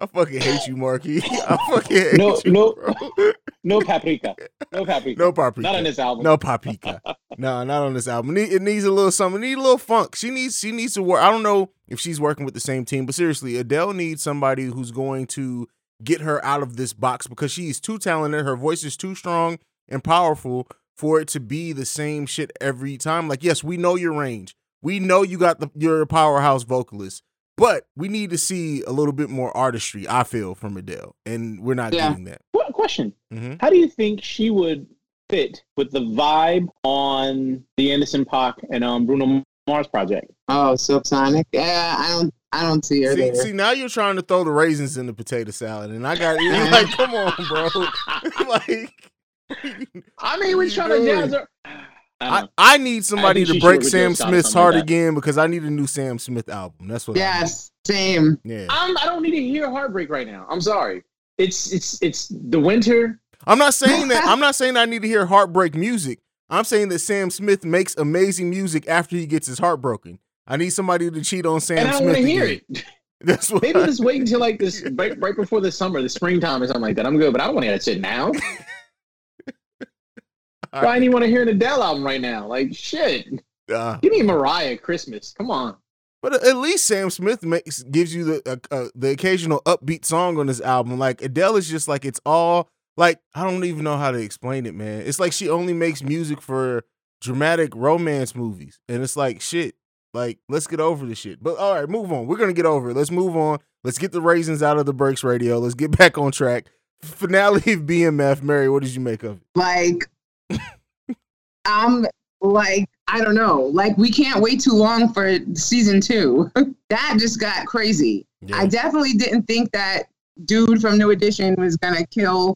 [SPEAKER 2] I fucking hate you, Marky. I fucking hate
[SPEAKER 4] No,
[SPEAKER 2] you.
[SPEAKER 4] no.
[SPEAKER 2] bro.
[SPEAKER 4] No paprika. No paprika.
[SPEAKER 2] no paprika.
[SPEAKER 4] Not on this album.
[SPEAKER 2] No paprika. no, not on this album. It need- It needs a little something. It needs a little funk. She needs. She needs to work. I don't know if she's working with the same team, but seriously, Adele needs somebody who's going to get her out of this box because she is too talented. Her voice is too strong and powerful for it to be the same shit every time. Like, yes, we know your range. We know you got the your powerhouse vocalist, but we need to see a little bit more artistry. I feel from Adele, and we're not
[SPEAKER 3] Yeah.
[SPEAKER 2] getting that.
[SPEAKER 4] What question?
[SPEAKER 2] hmm
[SPEAKER 4] How do you think she would fit with the vibe on the Anderson Park and um, Bruno Mars project?
[SPEAKER 3] Oh, Silk Sonic. Yeah, I don't. I don't see her
[SPEAKER 2] See,
[SPEAKER 3] there.
[SPEAKER 2] see, now you're trying to throw the raisins in the potato salad, and I got you
[SPEAKER 3] Mhm.
[SPEAKER 2] like, come on, bro. like,
[SPEAKER 4] I mean, we're
[SPEAKER 2] You
[SPEAKER 4] trying to
[SPEAKER 2] doing?
[SPEAKER 4] jazz her. Uh-huh. I,
[SPEAKER 2] I,
[SPEAKER 4] don't
[SPEAKER 2] I need somebody
[SPEAKER 4] think
[SPEAKER 2] to
[SPEAKER 4] she
[SPEAKER 2] break
[SPEAKER 4] should
[SPEAKER 2] Sam
[SPEAKER 4] reduce on
[SPEAKER 2] Smith's
[SPEAKER 4] something
[SPEAKER 2] heart
[SPEAKER 4] like that.
[SPEAKER 2] again because I need a new Sam Smith album. That's what. I need.
[SPEAKER 3] Yes, same.
[SPEAKER 2] Yeah.
[SPEAKER 4] I'm, I don't need to hear heartbreak right now. I'm sorry. It's it's it's the winter.
[SPEAKER 2] I'm not saying that. I'm not saying I need to hear heartbreak music. I'm saying that Sam Smith makes amazing music after he gets his heart broken. I need somebody to cheat on Sam
[SPEAKER 4] and I don't
[SPEAKER 2] Smith.
[SPEAKER 4] want to hear
[SPEAKER 2] again.
[SPEAKER 4] it.
[SPEAKER 2] That's what.
[SPEAKER 4] Maybe
[SPEAKER 2] I-
[SPEAKER 4] just wait until like this right, right before the summer, the springtime or something like that. I'm good, but I don't want to hear that shit now. Why do you want to hear an Adele album right now? Like shit.
[SPEAKER 2] Uh,
[SPEAKER 4] Give me Mariah Christmas. Come on.
[SPEAKER 2] But at least Sam Smith makes gives you the uh, uh, the occasional upbeat song on his album. Like Adele is just like it's all like I don't even know how to explain it, man. It's like she only makes music for dramatic romance movies, and it's like shit. Like let's get over this shit. But all right, move on. We're gonna get over it. Let's move on. Let's get the raisins out of the breaks radio. Let's get back on track. Finale of BMF, Mary. What did you make of it?
[SPEAKER 3] Like, I'm like, I don't know. Like, we can't wait too long for season two. that just got crazy. I definitely didn't think that dude from New Edition was gonna kill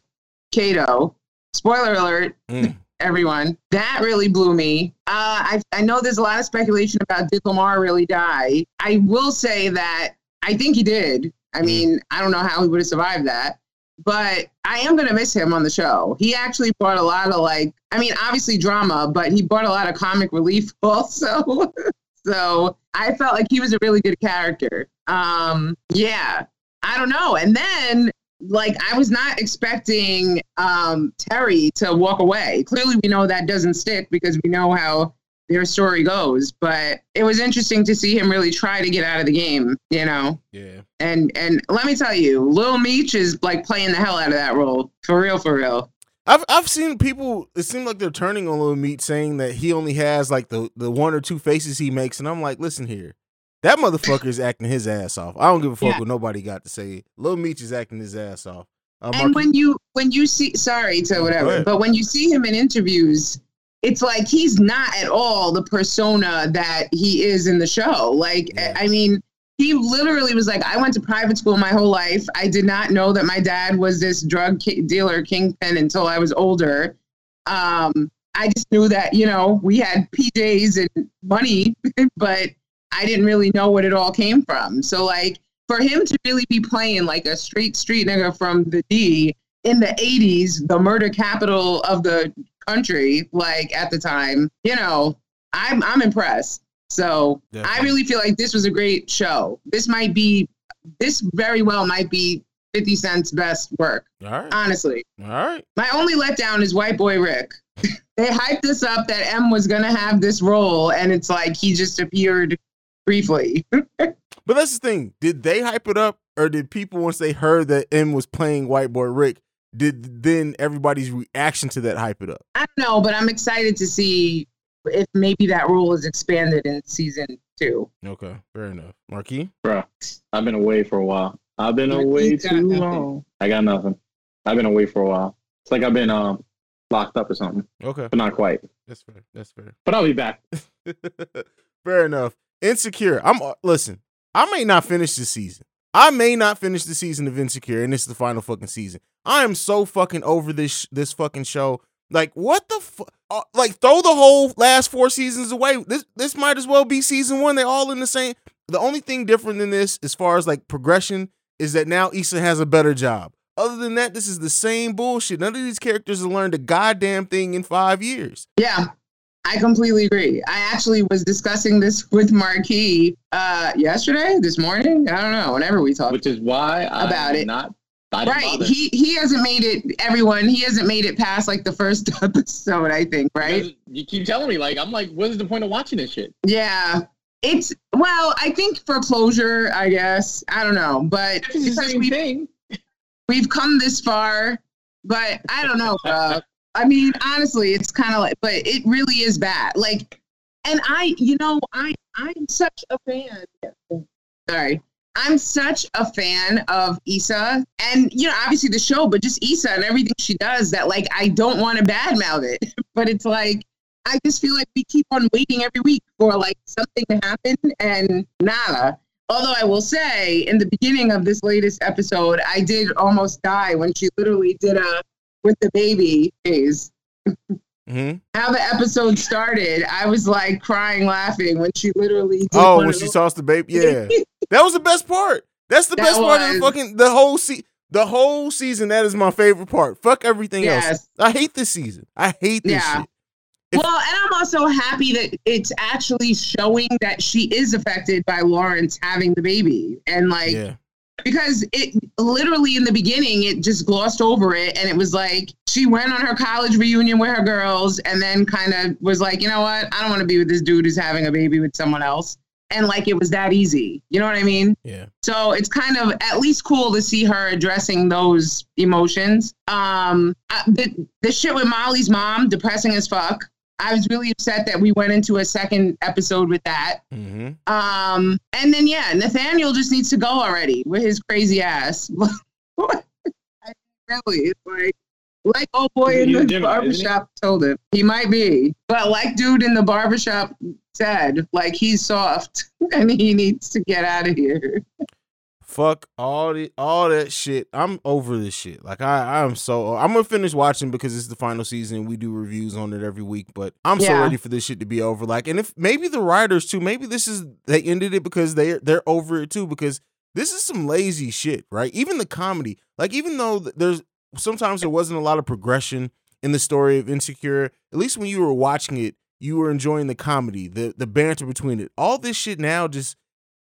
[SPEAKER 3] Kato. Spoiler alert,
[SPEAKER 2] Mm.
[SPEAKER 3] everyone. That really blew me. Uh, I I know there's a lot of speculation about did Lamar really die. I will say that I think he did. I
[SPEAKER 2] Mm.
[SPEAKER 3] mean, I don't know how he would have survived that. But I am gonna miss him on the show. He actually brought a lot of like, I mean, obviously drama, but he brought a lot of comic relief also. So I felt like he was a really good character. Um, yeah, I don't know. And then, like, I was not expecting um, Terry to walk away. Clearly, we know that doesn't stick because we know how their story goes. But it was interesting to see him really try to get out of the game, you know.
[SPEAKER 2] yeah.
[SPEAKER 3] And and let me tell you, Lil Meech is like playing the hell out of that role for real, for real.
[SPEAKER 2] I've I've seen people. It seemed like they're turning on Little Meat, saying that he only has like the the one or two faces he makes, and I'm like, listen here, that motherfucker is acting his ass off. I don't give a fuck
[SPEAKER 3] Yeah.
[SPEAKER 2] what nobody got to say. Little Meat is acting his ass off. Uh,
[SPEAKER 3] and
[SPEAKER 2] Marquis-
[SPEAKER 3] when you when you see sorry to
[SPEAKER 2] Go
[SPEAKER 3] whatever
[SPEAKER 2] ahead.
[SPEAKER 3] but when you see him in interviews it's like he's not at all the persona that he is in the show like I-
[SPEAKER 2] Yeah.
[SPEAKER 3] i mean he literally was like i went to private school my whole life i did not know that my dad was this drug ki- dealer kingpin until i was older um, i just knew that you know we had pjs and money but i didn't really know what it all came from so like for him to really be playing like a straight street nigga from the D in the 80s, the murder capital of the country, like at the time, you know, I'm I'm impressed. So I
[SPEAKER 2] Definitely.
[SPEAKER 3] really feel like this was a great show. This might be this very well might be 50 Cent's best work,
[SPEAKER 2] all right,
[SPEAKER 3] honestly.
[SPEAKER 2] all right.
[SPEAKER 3] My only letdown is White Boy Rick. they hyped us up that M was gonna have this role, and it's like he just appeared briefly.
[SPEAKER 2] But that's the thing. Did they hype it up, or did people once they heard that M was playing White Boy Rick, did then everybody's reaction to that hype it up?
[SPEAKER 3] I don't know, but I'm excited to see if maybe that rule is expanded in season two.
[SPEAKER 2] Okay, fair enough. Marquis,
[SPEAKER 4] Bro, I've been away for a while. I've been
[SPEAKER 3] You-
[SPEAKER 4] away
[SPEAKER 3] you got
[SPEAKER 4] too
[SPEAKER 3] nothing.
[SPEAKER 4] long. I got nothing. I've been away for a while. It's like I've been um locked up or something,
[SPEAKER 2] okay,
[SPEAKER 4] but not quite.
[SPEAKER 2] that's fair. That's fair.
[SPEAKER 4] But I'll be back.
[SPEAKER 2] Fair enough. Insecure. I'm uh, listen. I may not finish this season. I may not finish the season of Insecure, and this is the final fucking season. I am so fucking over this sh- this fucking show. Like what the fuck? like throw the whole last four seasons away. This this might as well be season one. They all in the same. The only thing different than this, as far as like progression, is that now Issa has a better job. Other than that, this is the same bullshit. None of these characters have learned a goddamn thing in five years.
[SPEAKER 3] Yeah, I completely agree. I actually was discussing this with Marquis uh, yesterday, this morning. I don't know, whenever we talked.
[SPEAKER 4] Which is why
[SPEAKER 3] Uh, About
[SPEAKER 4] I'm
[SPEAKER 3] it.
[SPEAKER 4] not. I didn't
[SPEAKER 3] Right.
[SPEAKER 4] bother.
[SPEAKER 3] He he hasn't made it everyone, he hasn't made it past like the first episode, I think, right?
[SPEAKER 4] Because You keep telling me, like, I'm like, what is the point of watching this shit?
[SPEAKER 3] Yeah. It's well, I think for closure, I guess. I don't know. But
[SPEAKER 4] It's the
[SPEAKER 3] because
[SPEAKER 4] same
[SPEAKER 3] we
[SPEAKER 4] thing.
[SPEAKER 3] we've come this far, but I don't know, bro. I mean, honestly, it's kind of like, but it really is bad. Like, and I, you know, I, I'm such a fan. Sorry. I'm such a fan of Issa and, you know, obviously the show, but just Issa and everything she does that, like, I don't want to badmouth it. But it's like, I just feel like we keep on waiting every week for, like, something to happen and nada. Although I will say, in the beginning of this latest episode, I did almost die when she literally did a with the baby phase.
[SPEAKER 2] Mm-hmm.
[SPEAKER 3] How the episode started, I was like crying, laughing when she literally. Did
[SPEAKER 2] Oh,
[SPEAKER 3] one
[SPEAKER 2] when
[SPEAKER 3] of
[SPEAKER 2] she
[SPEAKER 3] those-
[SPEAKER 2] tossed the baby. Yeah, that was the best part. That's the
[SPEAKER 3] That
[SPEAKER 2] best part of the
[SPEAKER 3] was-
[SPEAKER 2] fucking the whole se- the whole season. That is my favorite part. Fuck everything else.
[SPEAKER 3] yes.
[SPEAKER 2] I hate this season. I hate this
[SPEAKER 3] Yeah.
[SPEAKER 2] shit. If-
[SPEAKER 3] well, and I'm also happy that it's actually showing that she is affected by Lawrence having the baby. And like,
[SPEAKER 2] yeah,
[SPEAKER 3] because it literally in the beginning, it just glossed over it. And it was like, she went on her college reunion with her girls and then kind of was like, you know what? I don't want to be with this dude who's having a baby with someone else. And like, it was that easy. You know what I mean?
[SPEAKER 2] yeah.
[SPEAKER 3] So it's kind of at least cool to see her addressing those emotions. Um, I, the, the shit with Molly's mom, depressing as fuck. I was really upset that we went into a second episode with that.
[SPEAKER 2] Mm-hmm.
[SPEAKER 3] Um, and then yeah, Nathaniel just needs to go already with his crazy ass. Like, really, it's like like old boy
[SPEAKER 4] He's
[SPEAKER 3] in the
[SPEAKER 4] different, isn't he?
[SPEAKER 3] barbershop told him he might be, but like dude in the barbershop said, like he's soft and he needs to get out of here.
[SPEAKER 2] Fuck all the all that shit. I'm over this shit. Like I I'm so I'm gonna finish watching because it's the final season. and We do reviews on it every week, but I'm so
[SPEAKER 3] Yeah.
[SPEAKER 2] ready for this shit to be over. Like, and if maybe the writers too, maybe this is they ended it because they they're over it too because this is some lazy shit, right? Even the comedy, like even though th- there's sometimes there wasn't a lot of progression in the story of Insecure. At least when you were watching it, you were enjoying the comedy, the the banter between it. All this shit now just.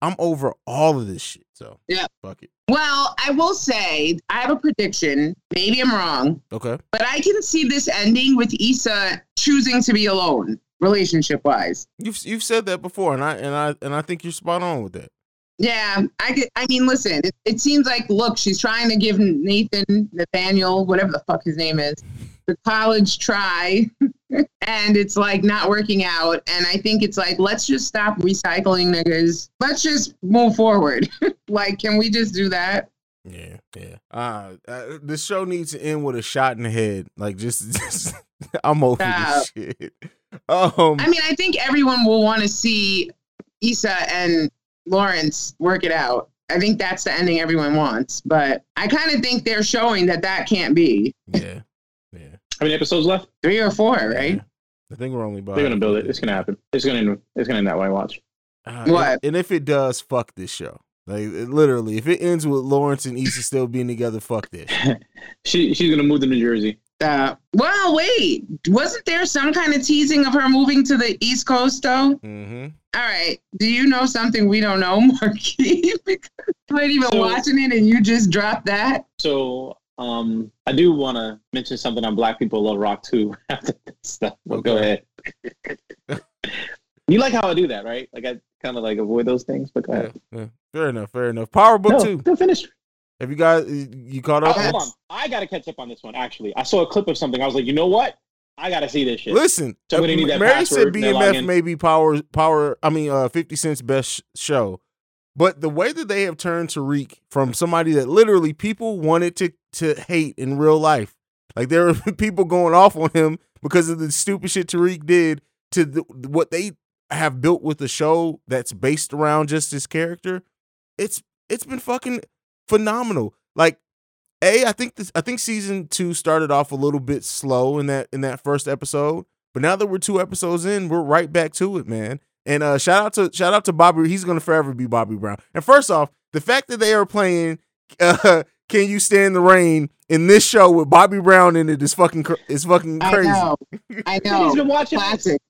[SPEAKER 2] I'm over all of this shit. So
[SPEAKER 3] Yeah.
[SPEAKER 2] fuck it.
[SPEAKER 3] Well, I will say I have a prediction. Maybe I'm wrong,
[SPEAKER 2] Okay.
[SPEAKER 3] but I can see this ending with Issa choosing to be alone, relationship wise.
[SPEAKER 2] You've you've said that before, and I and I and I think you're spot on with that.
[SPEAKER 3] Yeah, I could. I mean, listen, it, it seems like look, she's trying to give Nathan Nathaniel, whatever the fuck his name is, the college try, and it's like not working out. And I think it's like let's just stop recycling niggas. Let's just move forward. like, can we just do that?
[SPEAKER 2] Yeah, yeah. Uh, uh this show needs to end with a shot in the head. Like just, just I'm over this shit. Um,
[SPEAKER 3] I mean, I think everyone will want to see Issa and Lawrence work it out. I think that's the ending everyone wants, but I kind of think they're showing that that can't be
[SPEAKER 2] yeah, yeah.
[SPEAKER 4] How many episodes left?
[SPEAKER 3] three or four, right?
[SPEAKER 2] yeah. I think we're only by.
[SPEAKER 4] They're gonna build it. It's gonna happen. It's gonna it's gonna end that way. Watch.
[SPEAKER 2] Uh,
[SPEAKER 3] What?
[SPEAKER 2] And, and if it does, fuck this show. Like it, literally, if it ends with Lawrence and Issa still being together, fuck this.
[SPEAKER 4] She she's gonna move to New Jersey.
[SPEAKER 3] Uh, well, wait. Wasn't there some kind of teasing of her moving to the East Coast, though?
[SPEAKER 2] Mm-hmm.
[SPEAKER 3] All right. Do you know something we don't know, Marquis? because you ain't even
[SPEAKER 4] So-
[SPEAKER 3] watching it and you just dropped that.
[SPEAKER 4] So um, I do want to mention something on Black People Love Rock too. After this stuff, but go ahead. you like how I do that, right? Like I kind of like avoid those things, but go
[SPEAKER 2] Yeah,
[SPEAKER 4] ahead.
[SPEAKER 2] yeah. Fair enough. Fair enough. Power Book
[SPEAKER 4] No,
[SPEAKER 2] Two.
[SPEAKER 4] they're finished.
[SPEAKER 2] Have you guys you caught
[SPEAKER 4] Oh,
[SPEAKER 2] up?
[SPEAKER 4] hold
[SPEAKER 3] that's-
[SPEAKER 4] on. I gotta catch up on this one. Actually, I saw a clip of something. I was like, you know what? I gotta see this shit.
[SPEAKER 2] Listen,
[SPEAKER 4] So I'm gonna need that
[SPEAKER 2] Mary said
[SPEAKER 4] password, that
[SPEAKER 2] BMF
[SPEAKER 4] login.
[SPEAKER 2] may be power power. I mean, uh, Fifty Cent's best sh- show, but the way that they have turned Tariq from somebody that literally people wanted to to hate in real life, like there were people going off on him because of the stupid shit Tariq did to the, what they have built with the show that's based around just his character. It's it's been fucking phenomenal. Like a, I think this. I think season two started off a little bit slow in that in that first episode, but now that we're two episodes in, we're right back to it, man. And uh, shout out to shout out to Bobby. He's gonna forever be Bobby Brown. And first off, the fact that they are playing uh, "Can You Stand the Rain" in this show with Bobby Brown in it is fucking cr- is fucking
[SPEAKER 3] I
[SPEAKER 2] crazy.
[SPEAKER 3] know. I
[SPEAKER 4] Fitty's been
[SPEAKER 3] know.
[SPEAKER 4] watching this.
[SPEAKER 3] Classic.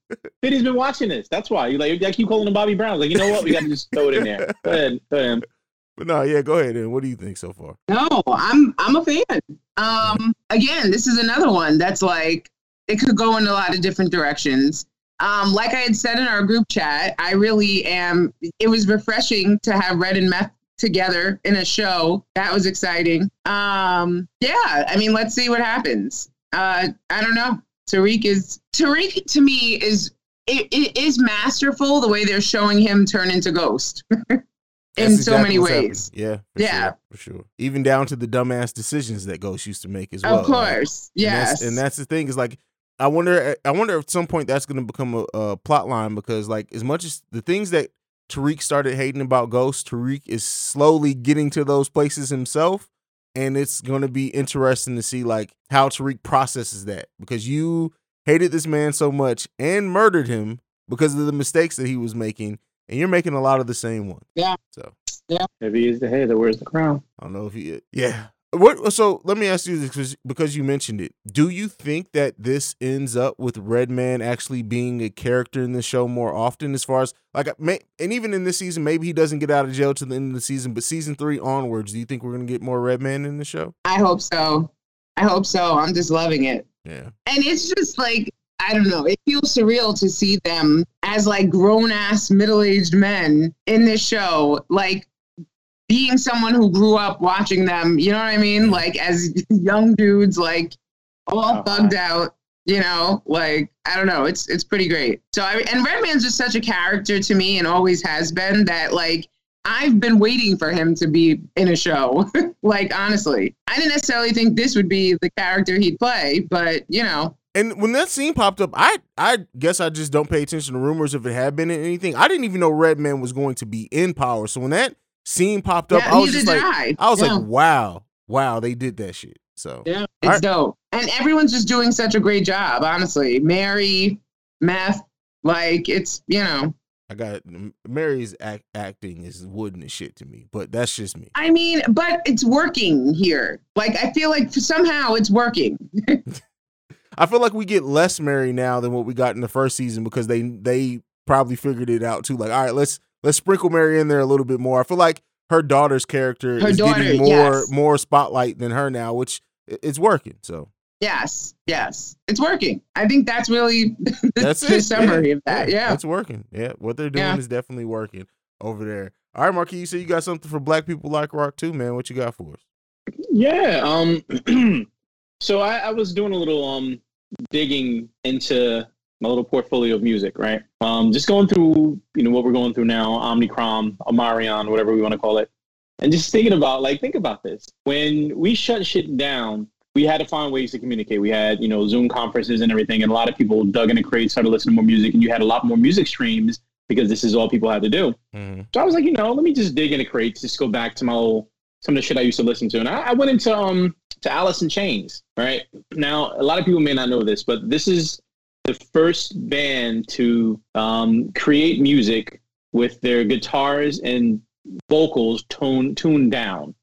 [SPEAKER 4] Fitty's been watching this. That's why. You like I keep calling him Bobby Brown. Like, you know what? We gotta just throw it in there. Go ahead. Go ahead.
[SPEAKER 2] But no, yeah, go ahead. And what do you think so far?
[SPEAKER 3] No, I'm I'm a fan. Um, again, this is another one that's like it could go in a lot of different directions. Um, like I had said in our group chat, I really am. It was refreshing to have Red and Meth together in a show. That was exciting. Um, yeah, I mean, let's see what happens. Uh, I don't know. Tariq is Tariq to me is it, it is masterful the way they're showing him turn into Ghost in
[SPEAKER 2] That's
[SPEAKER 3] so
[SPEAKER 2] exactly
[SPEAKER 3] many
[SPEAKER 2] what's happening.
[SPEAKER 3] ways.
[SPEAKER 2] Yeah, for
[SPEAKER 3] Yeah.
[SPEAKER 2] sure, for sure. Even down to the dumbass decisions that Ghost used to make as well.
[SPEAKER 3] of
[SPEAKER 2] Like,
[SPEAKER 3] course,
[SPEAKER 2] And that's-
[SPEAKER 3] yes,
[SPEAKER 2] And that's, the thing is like, I wonder, I wonder if at some point that's going to become a, a plot line because like as much as the things that Tariq started hating about ghosts. Tariq is slowly getting to those places himself. And it's going to be interesting to see like how Tariq processes that because you hated this man so much and murdered him because of the mistakes that he was making. And you're making a lot of the same one.
[SPEAKER 3] Yeah.
[SPEAKER 2] So
[SPEAKER 4] If he is the head, then where's the crown?
[SPEAKER 2] I don't know if he. Yeah. What? So let me ask you this 'cause- because you mentioned it. Do you think that this ends up with Redman actually being a character in the show more often? As far as like, may, and even in this season, maybe he doesn't get out of jail to the end of the season. But season three onwards, do you think we're gonna get more Redman in the show?
[SPEAKER 3] I hope so. I hope so. I'm just loving it.
[SPEAKER 2] Yeah.
[SPEAKER 3] And it's just like, I don't know, it feels surreal to see them as like grown ass middle aged men in this show, like being someone who grew up watching them, you know what I mean? Like as young dudes, like all
[SPEAKER 2] Uh-huh.
[SPEAKER 4] Oh,
[SPEAKER 3] bugged out, you know, like I don't know, it's it's pretty great. So I and Redman's just such a character to me and always has been that like I've been waiting for him to be in a show. like honestly, I didn't necessarily think this would be the character he'd play, but you know,
[SPEAKER 2] And when that scene popped up, I I guess I just don't pay attention to rumors if it had been anything. I didn't even know Redman was going to be in power. So when that scene popped up,
[SPEAKER 3] yeah,
[SPEAKER 2] I was
[SPEAKER 3] he's
[SPEAKER 2] just
[SPEAKER 3] a
[SPEAKER 2] like,
[SPEAKER 3] guy.
[SPEAKER 2] I was
[SPEAKER 3] Yeah.
[SPEAKER 2] like, wow, wow, they did that shit. So
[SPEAKER 3] Yeah, it's
[SPEAKER 2] Alright.
[SPEAKER 3] dope. And everyone's just doing such a great job, honestly. Mary, Meth, like it's you know.
[SPEAKER 2] I got M- Mary's act, acting is wooden as shit to me, but that's just me.
[SPEAKER 3] I mean, but it's working here. Like I feel like somehow it's working.
[SPEAKER 2] I feel like we get less Mary now than what we got in the first season because they they probably figured it out too. Like, all right, let's let's sprinkle Mary in there a little bit more. I feel like her daughter's character
[SPEAKER 3] Her
[SPEAKER 2] is
[SPEAKER 3] daughter,
[SPEAKER 2] getting more
[SPEAKER 3] yes.
[SPEAKER 2] more spotlight than her now, which i- it's working. So
[SPEAKER 3] Yes, yes, it's working. I think that's really the,
[SPEAKER 2] that's
[SPEAKER 3] the
[SPEAKER 2] it.
[SPEAKER 3] summary of that. Uh, Yeah.
[SPEAKER 2] it's working. Yeah, what they're doing
[SPEAKER 3] Yeah.
[SPEAKER 2] is definitely working over there. All right, Marquis, you said you got something for Black people like rock too, man. What you got for us?
[SPEAKER 4] Yeah. Um. so I, I was doing a little um digging into my little portfolio of music, right? Um, just going through you know what we're going through now, Omnicrom, Omarion, whatever we want to call it, and just thinking about like think about this when we shut shit down. We had to find ways to communicate. We had, you know, Zoom conferences and everything, and a lot of people dug into crates, started listening to more music, and you had a lot more music streams because this is all people had to do. So I was like, you know, let me just dig into crates, just go back to my old some of the shit I used to listen to. And I, I went into um to Alice in Chains, right? Now a lot of people may not know this, but this is the first band to um, create music with their guitars and vocals toned tuned down.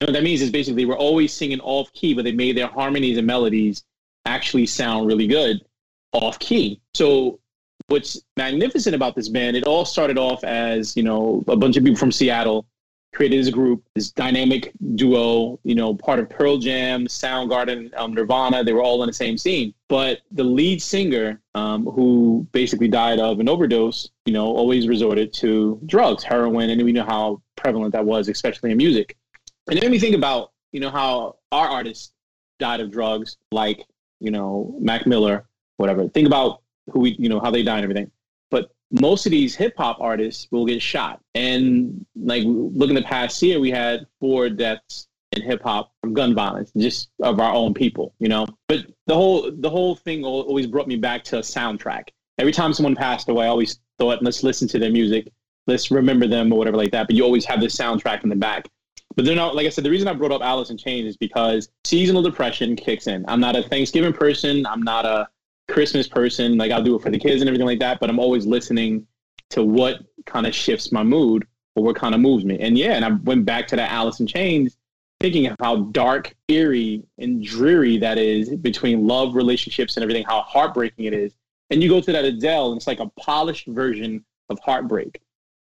[SPEAKER 4] You know what that means is basically they were always singing off key, but they made their harmonies and melodies actually sound really good off key. So what's magnificent about this band, it all started off as, you know, a bunch of people from Seattle created this group, this dynamic duo, you know, part of Pearl Jam, Soundgarden, um, Nirvana. They were all on the same scene. But the lead singer, um, who basically died of an overdose, you know, always resorted to drugs, heroin, and we know how prevalent that was, especially in music. And it made me think about, you know, how our artists died of drugs, like, you know, Mac Miller, whatever. Think about who we you know how they die and everything but most of these hip hop artists will get shot and like look in the past year we had four deaths in hip hop from gun violence just of our own people you know but the whole the whole thing al- always brought me back to a soundtrack every time someone passed away i always thought let's listen to their music let's remember them or whatever like that but you always have this soundtrack in the back but they're not like i said the reason i brought up alice in chains is because seasonal depression kicks in i'm not a thanksgiving person i'm not a Christmas person. Like I'll do it for the kids and everything like that, but I'm always listening to what kind of shifts my mood or what kind of moves me. And yeah, and I went back to that Alice in Chains, thinking of how dark, eerie, and dreary that is between love, relationships, and everything, how heartbreaking it is. And you go to that Adele, and it's like a polished version of heartbreak.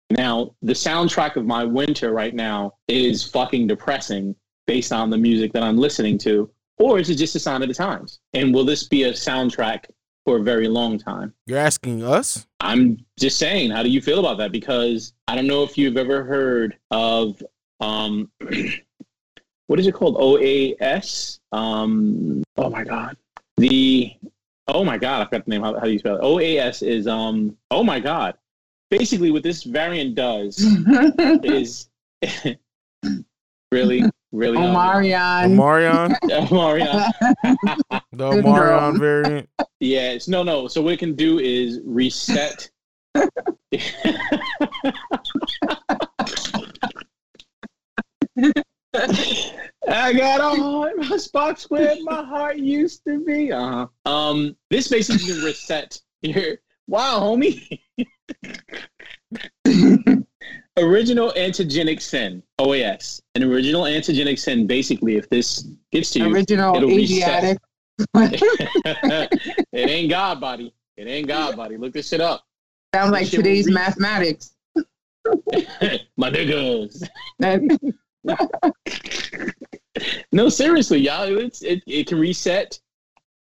[SPEAKER 4] Now, the soundtrack of my winter right now is fucking depressing based on the music that I'm listening to. Or is it just a sign of the times? And will this be a soundtrack for a very long time.
[SPEAKER 2] You're asking us?
[SPEAKER 4] I'm just saying, how do you feel about that? Because I don't know if you've ever heard of um, what is it called? OAS. Um, oh my god, the oh my god, I forgot the name. How, how do you spell it? OAS is um. Oh my god. Basically, what this variant does is really, really.
[SPEAKER 3] Omarion.
[SPEAKER 2] Omarion?
[SPEAKER 4] Omarion.
[SPEAKER 2] The
[SPEAKER 3] Good
[SPEAKER 2] Omarion
[SPEAKER 3] girl.
[SPEAKER 2] variant?
[SPEAKER 4] Yes. No, no. So what it can do is reset. I got all my spots where my heart used to be. Uh huh. Um, this basically been reset. Here, wow, homie. original antigenic sin, OAS. An original antigenic sin. Basically, if this gets to you,
[SPEAKER 3] Original
[SPEAKER 4] it'll
[SPEAKER 3] Asiatic.
[SPEAKER 4] reset. it ain't God body. It ain't God body. Look this shit up,
[SPEAKER 3] Sounds like
[SPEAKER 4] Shit will
[SPEAKER 3] today's
[SPEAKER 4] re-
[SPEAKER 3] mathematics.
[SPEAKER 4] my niggas.
[SPEAKER 3] That-
[SPEAKER 4] No, seriously, y'all. It's, it it can reset.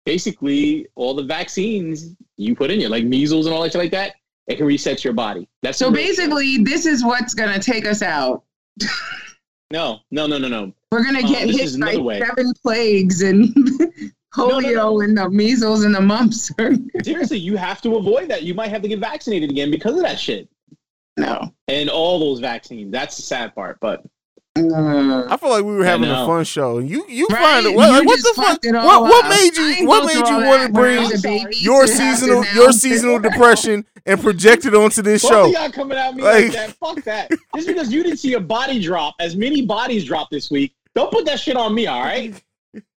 [SPEAKER 4] Basically, all the vaccines you put in you, like measles and all that shit like that, it can reset your body. That's
[SPEAKER 3] so
[SPEAKER 4] the real-
[SPEAKER 3] basically, this is what's going to take us out.
[SPEAKER 4] no, no, no, no, no.
[SPEAKER 3] We're going to
[SPEAKER 4] Oh,
[SPEAKER 3] get
[SPEAKER 4] this is
[SPEAKER 3] hit by
[SPEAKER 4] another way.
[SPEAKER 3] seven plagues and
[SPEAKER 4] no,
[SPEAKER 3] polio
[SPEAKER 4] no.
[SPEAKER 3] and the measles and the mumps.
[SPEAKER 4] Seriously, you have to avoid that. You might have to get vaccinated again because of that shit
[SPEAKER 3] no.
[SPEAKER 4] and all those vaccines. That's the sad part. But
[SPEAKER 3] Uh,
[SPEAKER 2] I feel like we were having a
[SPEAKER 4] know.
[SPEAKER 2] fun show. You you
[SPEAKER 3] right?
[SPEAKER 2] find it. What,
[SPEAKER 3] You
[SPEAKER 2] what
[SPEAKER 3] just
[SPEAKER 2] the fuck?
[SPEAKER 3] fucked it
[SPEAKER 2] What,
[SPEAKER 3] all
[SPEAKER 2] what
[SPEAKER 3] up.
[SPEAKER 2] made
[SPEAKER 3] I
[SPEAKER 2] you?
[SPEAKER 3] ain't
[SPEAKER 2] What
[SPEAKER 3] go
[SPEAKER 2] made
[SPEAKER 3] through
[SPEAKER 2] you
[SPEAKER 3] all
[SPEAKER 2] want to
[SPEAKER 3] that when I
[SPEAKER 2] bring
[SPEAKER 3] was a baby
[SPEAKER 2] your
[SPEAKER 3] to have to
[SPEAKER 2] seasonal
[SPEAKER 3] now-
[SPEAKER 2] your seasonal depression and project it onto this
[SPEAKER 4] both
[SPEAKER 2] show?
[SPEAKER 4] of y'all coming at me
[SPEAKER 2] Like-
[SPEAKER 4] like that. Fuck that. Just because you didn't see a body drop, as many bodies dropped this week, don't put that shit on me. All right.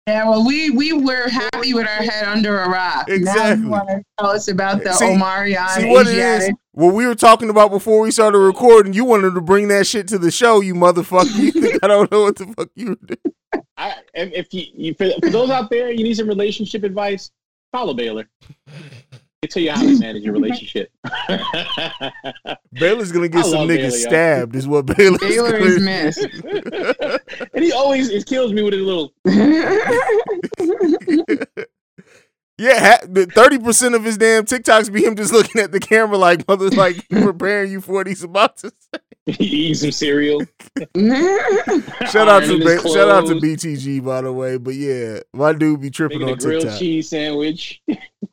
[SPEAKER 3] Yeah, well, we we were happy with our head under a rock. Now
[SPEAKER 2] Exactly.
[SPEAKER 3] you want to tell us about the
[SPEAKER 2] See-
[SPEAKER 3] Omarion
[SPEAKER 2] See what it
[SPEAKER 3] Asiatic.
[SPEAKER 2] is. What we were talking about before we started recording, you wanted to bring that shit to the show, you motherfucker. You think I don't know what the fuck you were doing.
[SPEAKER 4] I if if you, you for, for those out there, you need some relationship advice, follow Baylor. They tell you how to manage your relationship.
[SPEAKER 2] Baylor's gonna
[SPEAKER 4] I
[SPEAKER 2] get some niggas
[SPEAKER 4] love Baylor, y'all.
[SPEAKER 2] stabbed, is what Baylor's
[SPEAKER 3] Baylor
[SPEAKER 2] gonna
[SPEAKER 3] is missed.
[SPEAKER 4] and he always it kills me with his little.
[SPEAKER 2] Yeah, thirty percent of his damn TikToks be him just looking at the camera like mother, like preparing you for what he's about to. Say.
[SPEAKER 4] He eats some cereal.
[SPEAKER 2] Shout out to
[SPEAKER 4] ironing his
[SPEAKER 2] ba- shout out to
[SPEAKER 4] clothes,
[SPEAKER 2] BTG by the way, but yeah, my dude be tripping
[SPEAKER 4] making a
[SPEAKER 2] on
[SPEAKER 4] grilled
[SPEAKER 2] TikTok.
[SPEAKER 4] cheese sandwich.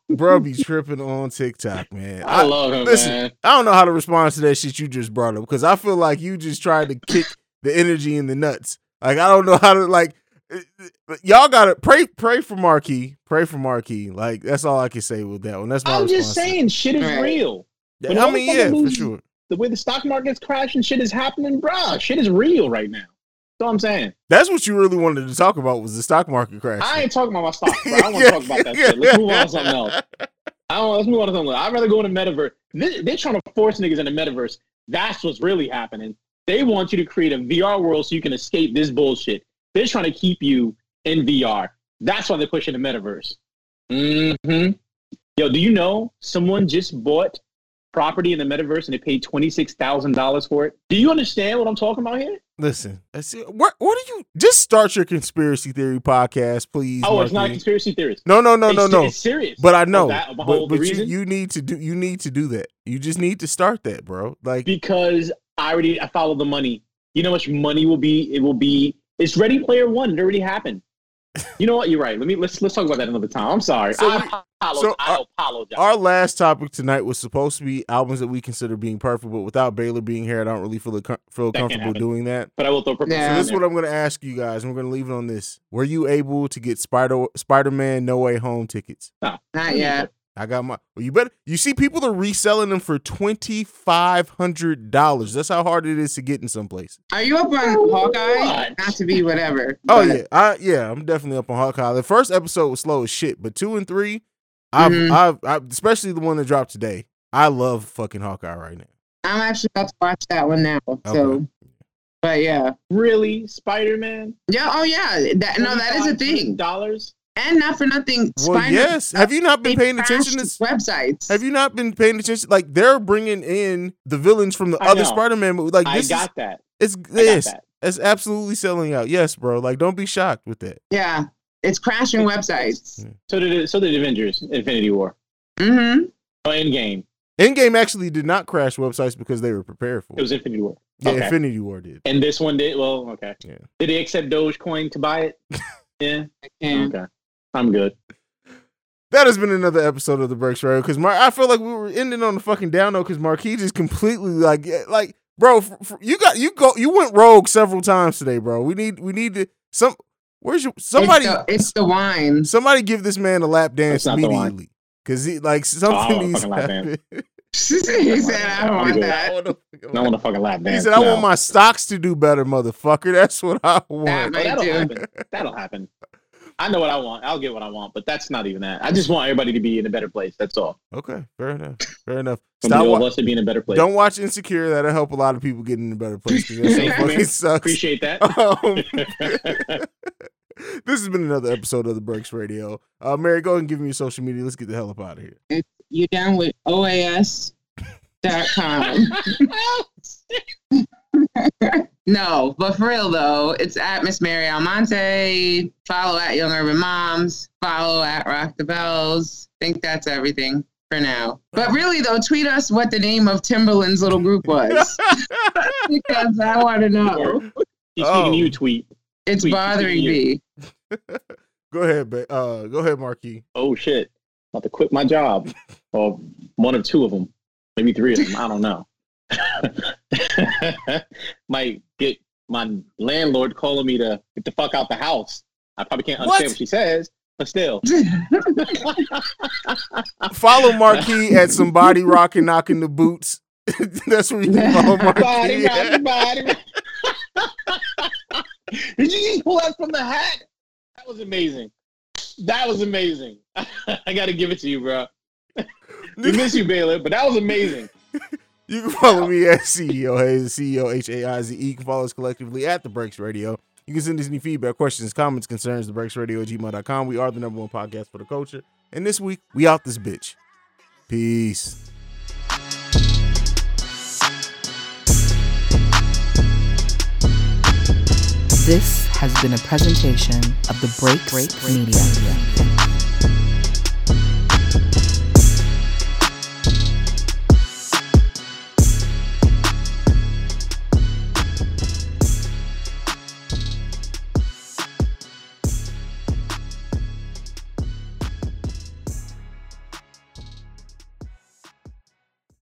[SPEAKER 2] Bro be tripping on TikTok, man. I,
[SPEAKER 4] I, love him,
[SPEAKER 2] listen,
[SPEAKER 4] man.
[SPEAKER 2] I don't know how to respond to that shit you just brought up because I feel like you just tried to kick the energy in the nuts. Like I don't know how to like uh, uh, y'all gotta pray pray for Marquee. Pray for Marquee. Like that's all I can say with that one. That's my
[SPEAKER 4] I'm just
[SPEAKER 2] response to that.
[SPEAKER 4] saying, shit is
[SPEAKER 3] Right.
[SPEAKER 4] real.
[SPEAKER 2] Yeah,
[SPEAKER 4] When
[SPEAKER 2] I
[SPEAKER 4] all
[SPEAKER 2] mean,
[SPEAKER 4] the
[SPEAKER 2] yeah, for
[SPEAKER 4] movies-
[SPEAKER 2] sure.
[SPEAKER 4] The way the stock market's crashing, shit is happening, bruh. Shit is real right now. That's all I'm saying.
[SPEAKER 2] That's what you really wanted to talk about was the stock market crash.
[SPEAKER 4] I ain't talking about my stock. Bro. I don't want to talk about that shit. Let's move on to something else. I don't. Let's move on to something else. I'd rather go in the metaverse. They, they're trying to force niggas in the metaverse. That's what's really happening. They want you to create a VR world so you can escape this bullshit. They're trying to keep you in VR. That's why they're pushing the metaverse. Mm-hmm. Yo, do you know someone just bought property in the metaverse and they paid twenty six thousand dollars for it? Do you understand what I'm talking about here?
[SPEAKER 2] Listen, I see. What? What do you? Just start your conspiracy theory podcast, please.
[SPEAKER 4] oh, it's not a
[SPEAKER 2] Marquis.
[SPEAKER 4] conspiracy theorist.
[SPEAKER 2] No, no, no,
[SPEAKER 4] It's-
[SPEAKER 2] no, no.
[SPEAKER 4] It's serious.
[SPEAKER 2] But I know.
[SPEAKER 4] that- the
[SPEAKER 2] but
[SPEAKER 4] whole
[SPEAKER 2] but you,
[SPEAKER 4] reason?
[SPEAKER 2] you need to do. You need to do that. You just need to start that, bro. Like,
[SPEAKER 4] because I already I follow the money. You know how much money will be it will be it's Ready Player One. It already happened. You know what? You're right. Let me let's let's talk about that another time. I'm sorry.
[SPEAKER 2] So
[SPEAKER 4] I,
[SPEAKER 2] we-
[SPEAKER 4] apologize.
[SPEAKER 2] so uh,
[SPEAKER 4] I
[SPEAKER 2] our-
[SPEAKER 4] apologize.
[SPEAKER 2] our last topic tonight was supposed to be albums that we consider being perfect, but without Baylor being here, I don't really feel com- feel
[SPEAKER 4] That can't
[SPEAKER 2] comfortable
[SPEAKER 4] happen.
[SPEAKER 2] doing that.
[SPEAKER 4] but I will throw purple.
[SPEAKER 3] Yeah.
[SPEAKER 2] So
[SPEAKER 4] in
[SPEAKER 2] this is
[SPEAKER 4] there.
[SPEAKER 2] what I'm going to ask you guys. and We're going to leave it on this. Were you able to get Spider Spider Man No Way Home tickets?
[SPEAKER 3] Not yet.
[SPEAKER 2] I got my. Well, you better. You see, people are reselling them for twenty five hundred dollars. That's how hard it is to get in some places.
[SPEAKER 3] Are you up on Hawkeye?
[SPEAKER 4] What?
[SPEAKER 3] Not to be whatever.
[SPEAKER 2] Oh
[SPEAKER 3] but
[SPEAKER 2] yeah, I yeah, I'm definitely up on Hawkeye. The first episode was slow as shit, but two and three, I've
[SPEAKER 4] Mm-hmm.
[SPEAKER 3] Mhm.
[SPEAKER 2] I've, I've especially the one that dropped today. I love fucking Hawkeye right now.
[SPEAKER 3] I'm actually about to watch that one now. So,
[SPEAKER 2] Okay.
[SPEAKER 3] but yeah,
[SPEAKER 4] really Spider Man.
[SPEAKER 3] yeah. Oh yeah. That no, that is a thing.
[SPEAKER 4] Dollars.
[SPEAKER 3] And not for nothing.
[SPEAKER 2] Well,
[SPEAKER 3] Spider-
[SPEAKER 2] yes. Have you not
[SPEAKER 3] they
[SPEAKER 2] been paying
[SPEAKER 3] crashed
[SPEAKER 2] attention to?
[SPEAKER 3] websites?
[SPEAKER 2] Have you not been paying attention? Like they're bringing in the villains from the
[SPEAKER 4] I
[SPEAKER 2] other
[SPEAKER 4] know.
[SPEAKER 2] Spider-Man movie. Like
[SPEAKER 4] I
[SPEAKER 2] this
[SPEAKER 4] got that.
[SPEAKER 2] is it's
[SPEAKER 4] I got
[SPEAKER 2] yes,
[SPEAKER 4] that.
[SPEAKER 2] it's absolutely selling out. Yes, bro. Like don't be shocked with that.
[SPEAKER 3] Yeah, it's crashing websites.
[SPEAKER 4] So did so did Avengers: Infinity War.
[SPEAKER 3] Mm-hmm.
[SPEAKER 4] Oh, Endgame.
[SPEAKER 2] Endgame actually did not crash websites because they were prepared for it.
[SPEAKER 4] It was Infinity War.
[SPEAKER 2] yeah,
[SPEAKER 4] okay.
[SPEAKER 2] Infinity War did.
[SPEAKER 4] And this one did well. Okay.
[SPEAKER 2] Yeah.
[SPEAKER 4] Did they accept Dogecoin to buy it? yeah.
[SPEAKER 3] And
[SPEAKER 4] Okay. I'm good.
[SPEAKER 2] That has been another episode of the Breaks Radio because Mar- I feel like we were ending on the fucking down note because Marquis just completely like yeah, like bro, f- f- you got you go you went rogue several times today, bro. We need we need to some where's your somebody
[SPEAKER 3] it's the, it's the wine.
[SPEAKER 2] somebody give this man a lap dance
[SPEAKER 4] uh, That's not the one.
[SPEAKER 2] immediately because he like something
[SPEAKER 4] Oh, I want a
[SPEAKER 2] needs to
[SPEAKER 4] fucking lap
[SPEAKER 2] happen.
[SPEAKER 3] he said, "I don't want
[SPEAKER 2] I
[SPEAKER 3] that."
[SPEAKER 2] wanna
[SPEAKER 4] I
[SPEAKER 2] fucking
[SPEAKER 4] don't
[SPEAKER 2] laugh.
[SPEAKER 4] want to fucking lap dance.
[SPEAKER 2] He said, "I
[SPEAKER 4] no.
[SPEAKER 2] want my stocks to do better, motherfucker. That's what I want."
[SPEAKER 4] Oh,
[SPEAKER 3] Right,
[SPEAKER 4] that'll
[SPEAKER 3] dude.
[SPEAKER 4] happen. That'll happen. I know what I want. I'll get what I want, but that's not even that. I just want everybody to be in a better place. That's all.
[SPEAKER 2] Okay, fair enough. Fair enough.
[SPEAKER 4] From the
[SPEAKER 2] Stop.
[SPEAKER 4] all
[SPEAKER 2] Wa-
[SPEAKER 4] of us to be in a better place.
[SPEAKER 2] don't watch Insecure. That'll help a lot of people get in a better place because that
[SPEAKER 4] Thank
[SPEAKER 2] show
[SPEAKER 4] you, man.
[SPEAKER 2] fucking sucks.
[SPEAKER 4] Appreciate that.
[SPEAKER 2] Um, this has been another episode of the Breaks Radio. Uh, Mary, go ahead and give me your social media. Let's get the hell up out of here.
[SPEAKER 3] You down with OAS.com.
[SPEAKER 2] Oh.
[SPEAKER 3] no, but for real though, it's at Miss Mary Almonte. Follow at Young Urban Moms. Follow at Rock the Bells. think that's everything for now. But really though, tweet us what the name of Timberland's little group was because I want to know.
[SPEAKER 4] He's
[SPEAKER 2] Oh.
[SPEAKER 4] taking you tweet.
[SPEAKER 3] It's
[SPEAKER 4] Tweet,
[SPEAKER 3] bothering
[SPEAKER 4] tweet
[SPEAKER 3] me.
[SPEAKER 2] go ahead, ba- uh, go ahead, Marquis.
[SPEAKER 4] Oh shit! About to quit my job, or one of two of them, maybe three of them. I don't know. Might get my landlord calling me to get the fuck out the house. I probably can't understand
[SPEAKER 2] What?
[SPEAKER 4] what she says, but still. Uh,
[SPEAKER 2] Follow Marquis at somebody rocking knocking the boots. That's where you can follow
[SPEAKER 4] Body,
[SPEAKER 2] Marquis.
[SPEAKER 4] body, body. Did you just pull that from the hat? That was amazing. That was amazing. I got to give it to you, bro. We miss you, Baylor, but that was amazing.
[SPEAKER 2] You can follow me at CEO Hayes, CEO H A I Z E. You can follow us collectively at The Breaks Radio. You can send us any feedback, questions, comments, concerns, thebreaksradio at gmail.com. We are the number one podcast for the culture. And this week, we out this bitch. Peace.
[SPEAKER 5] This has been a presentation of the Break Break Media.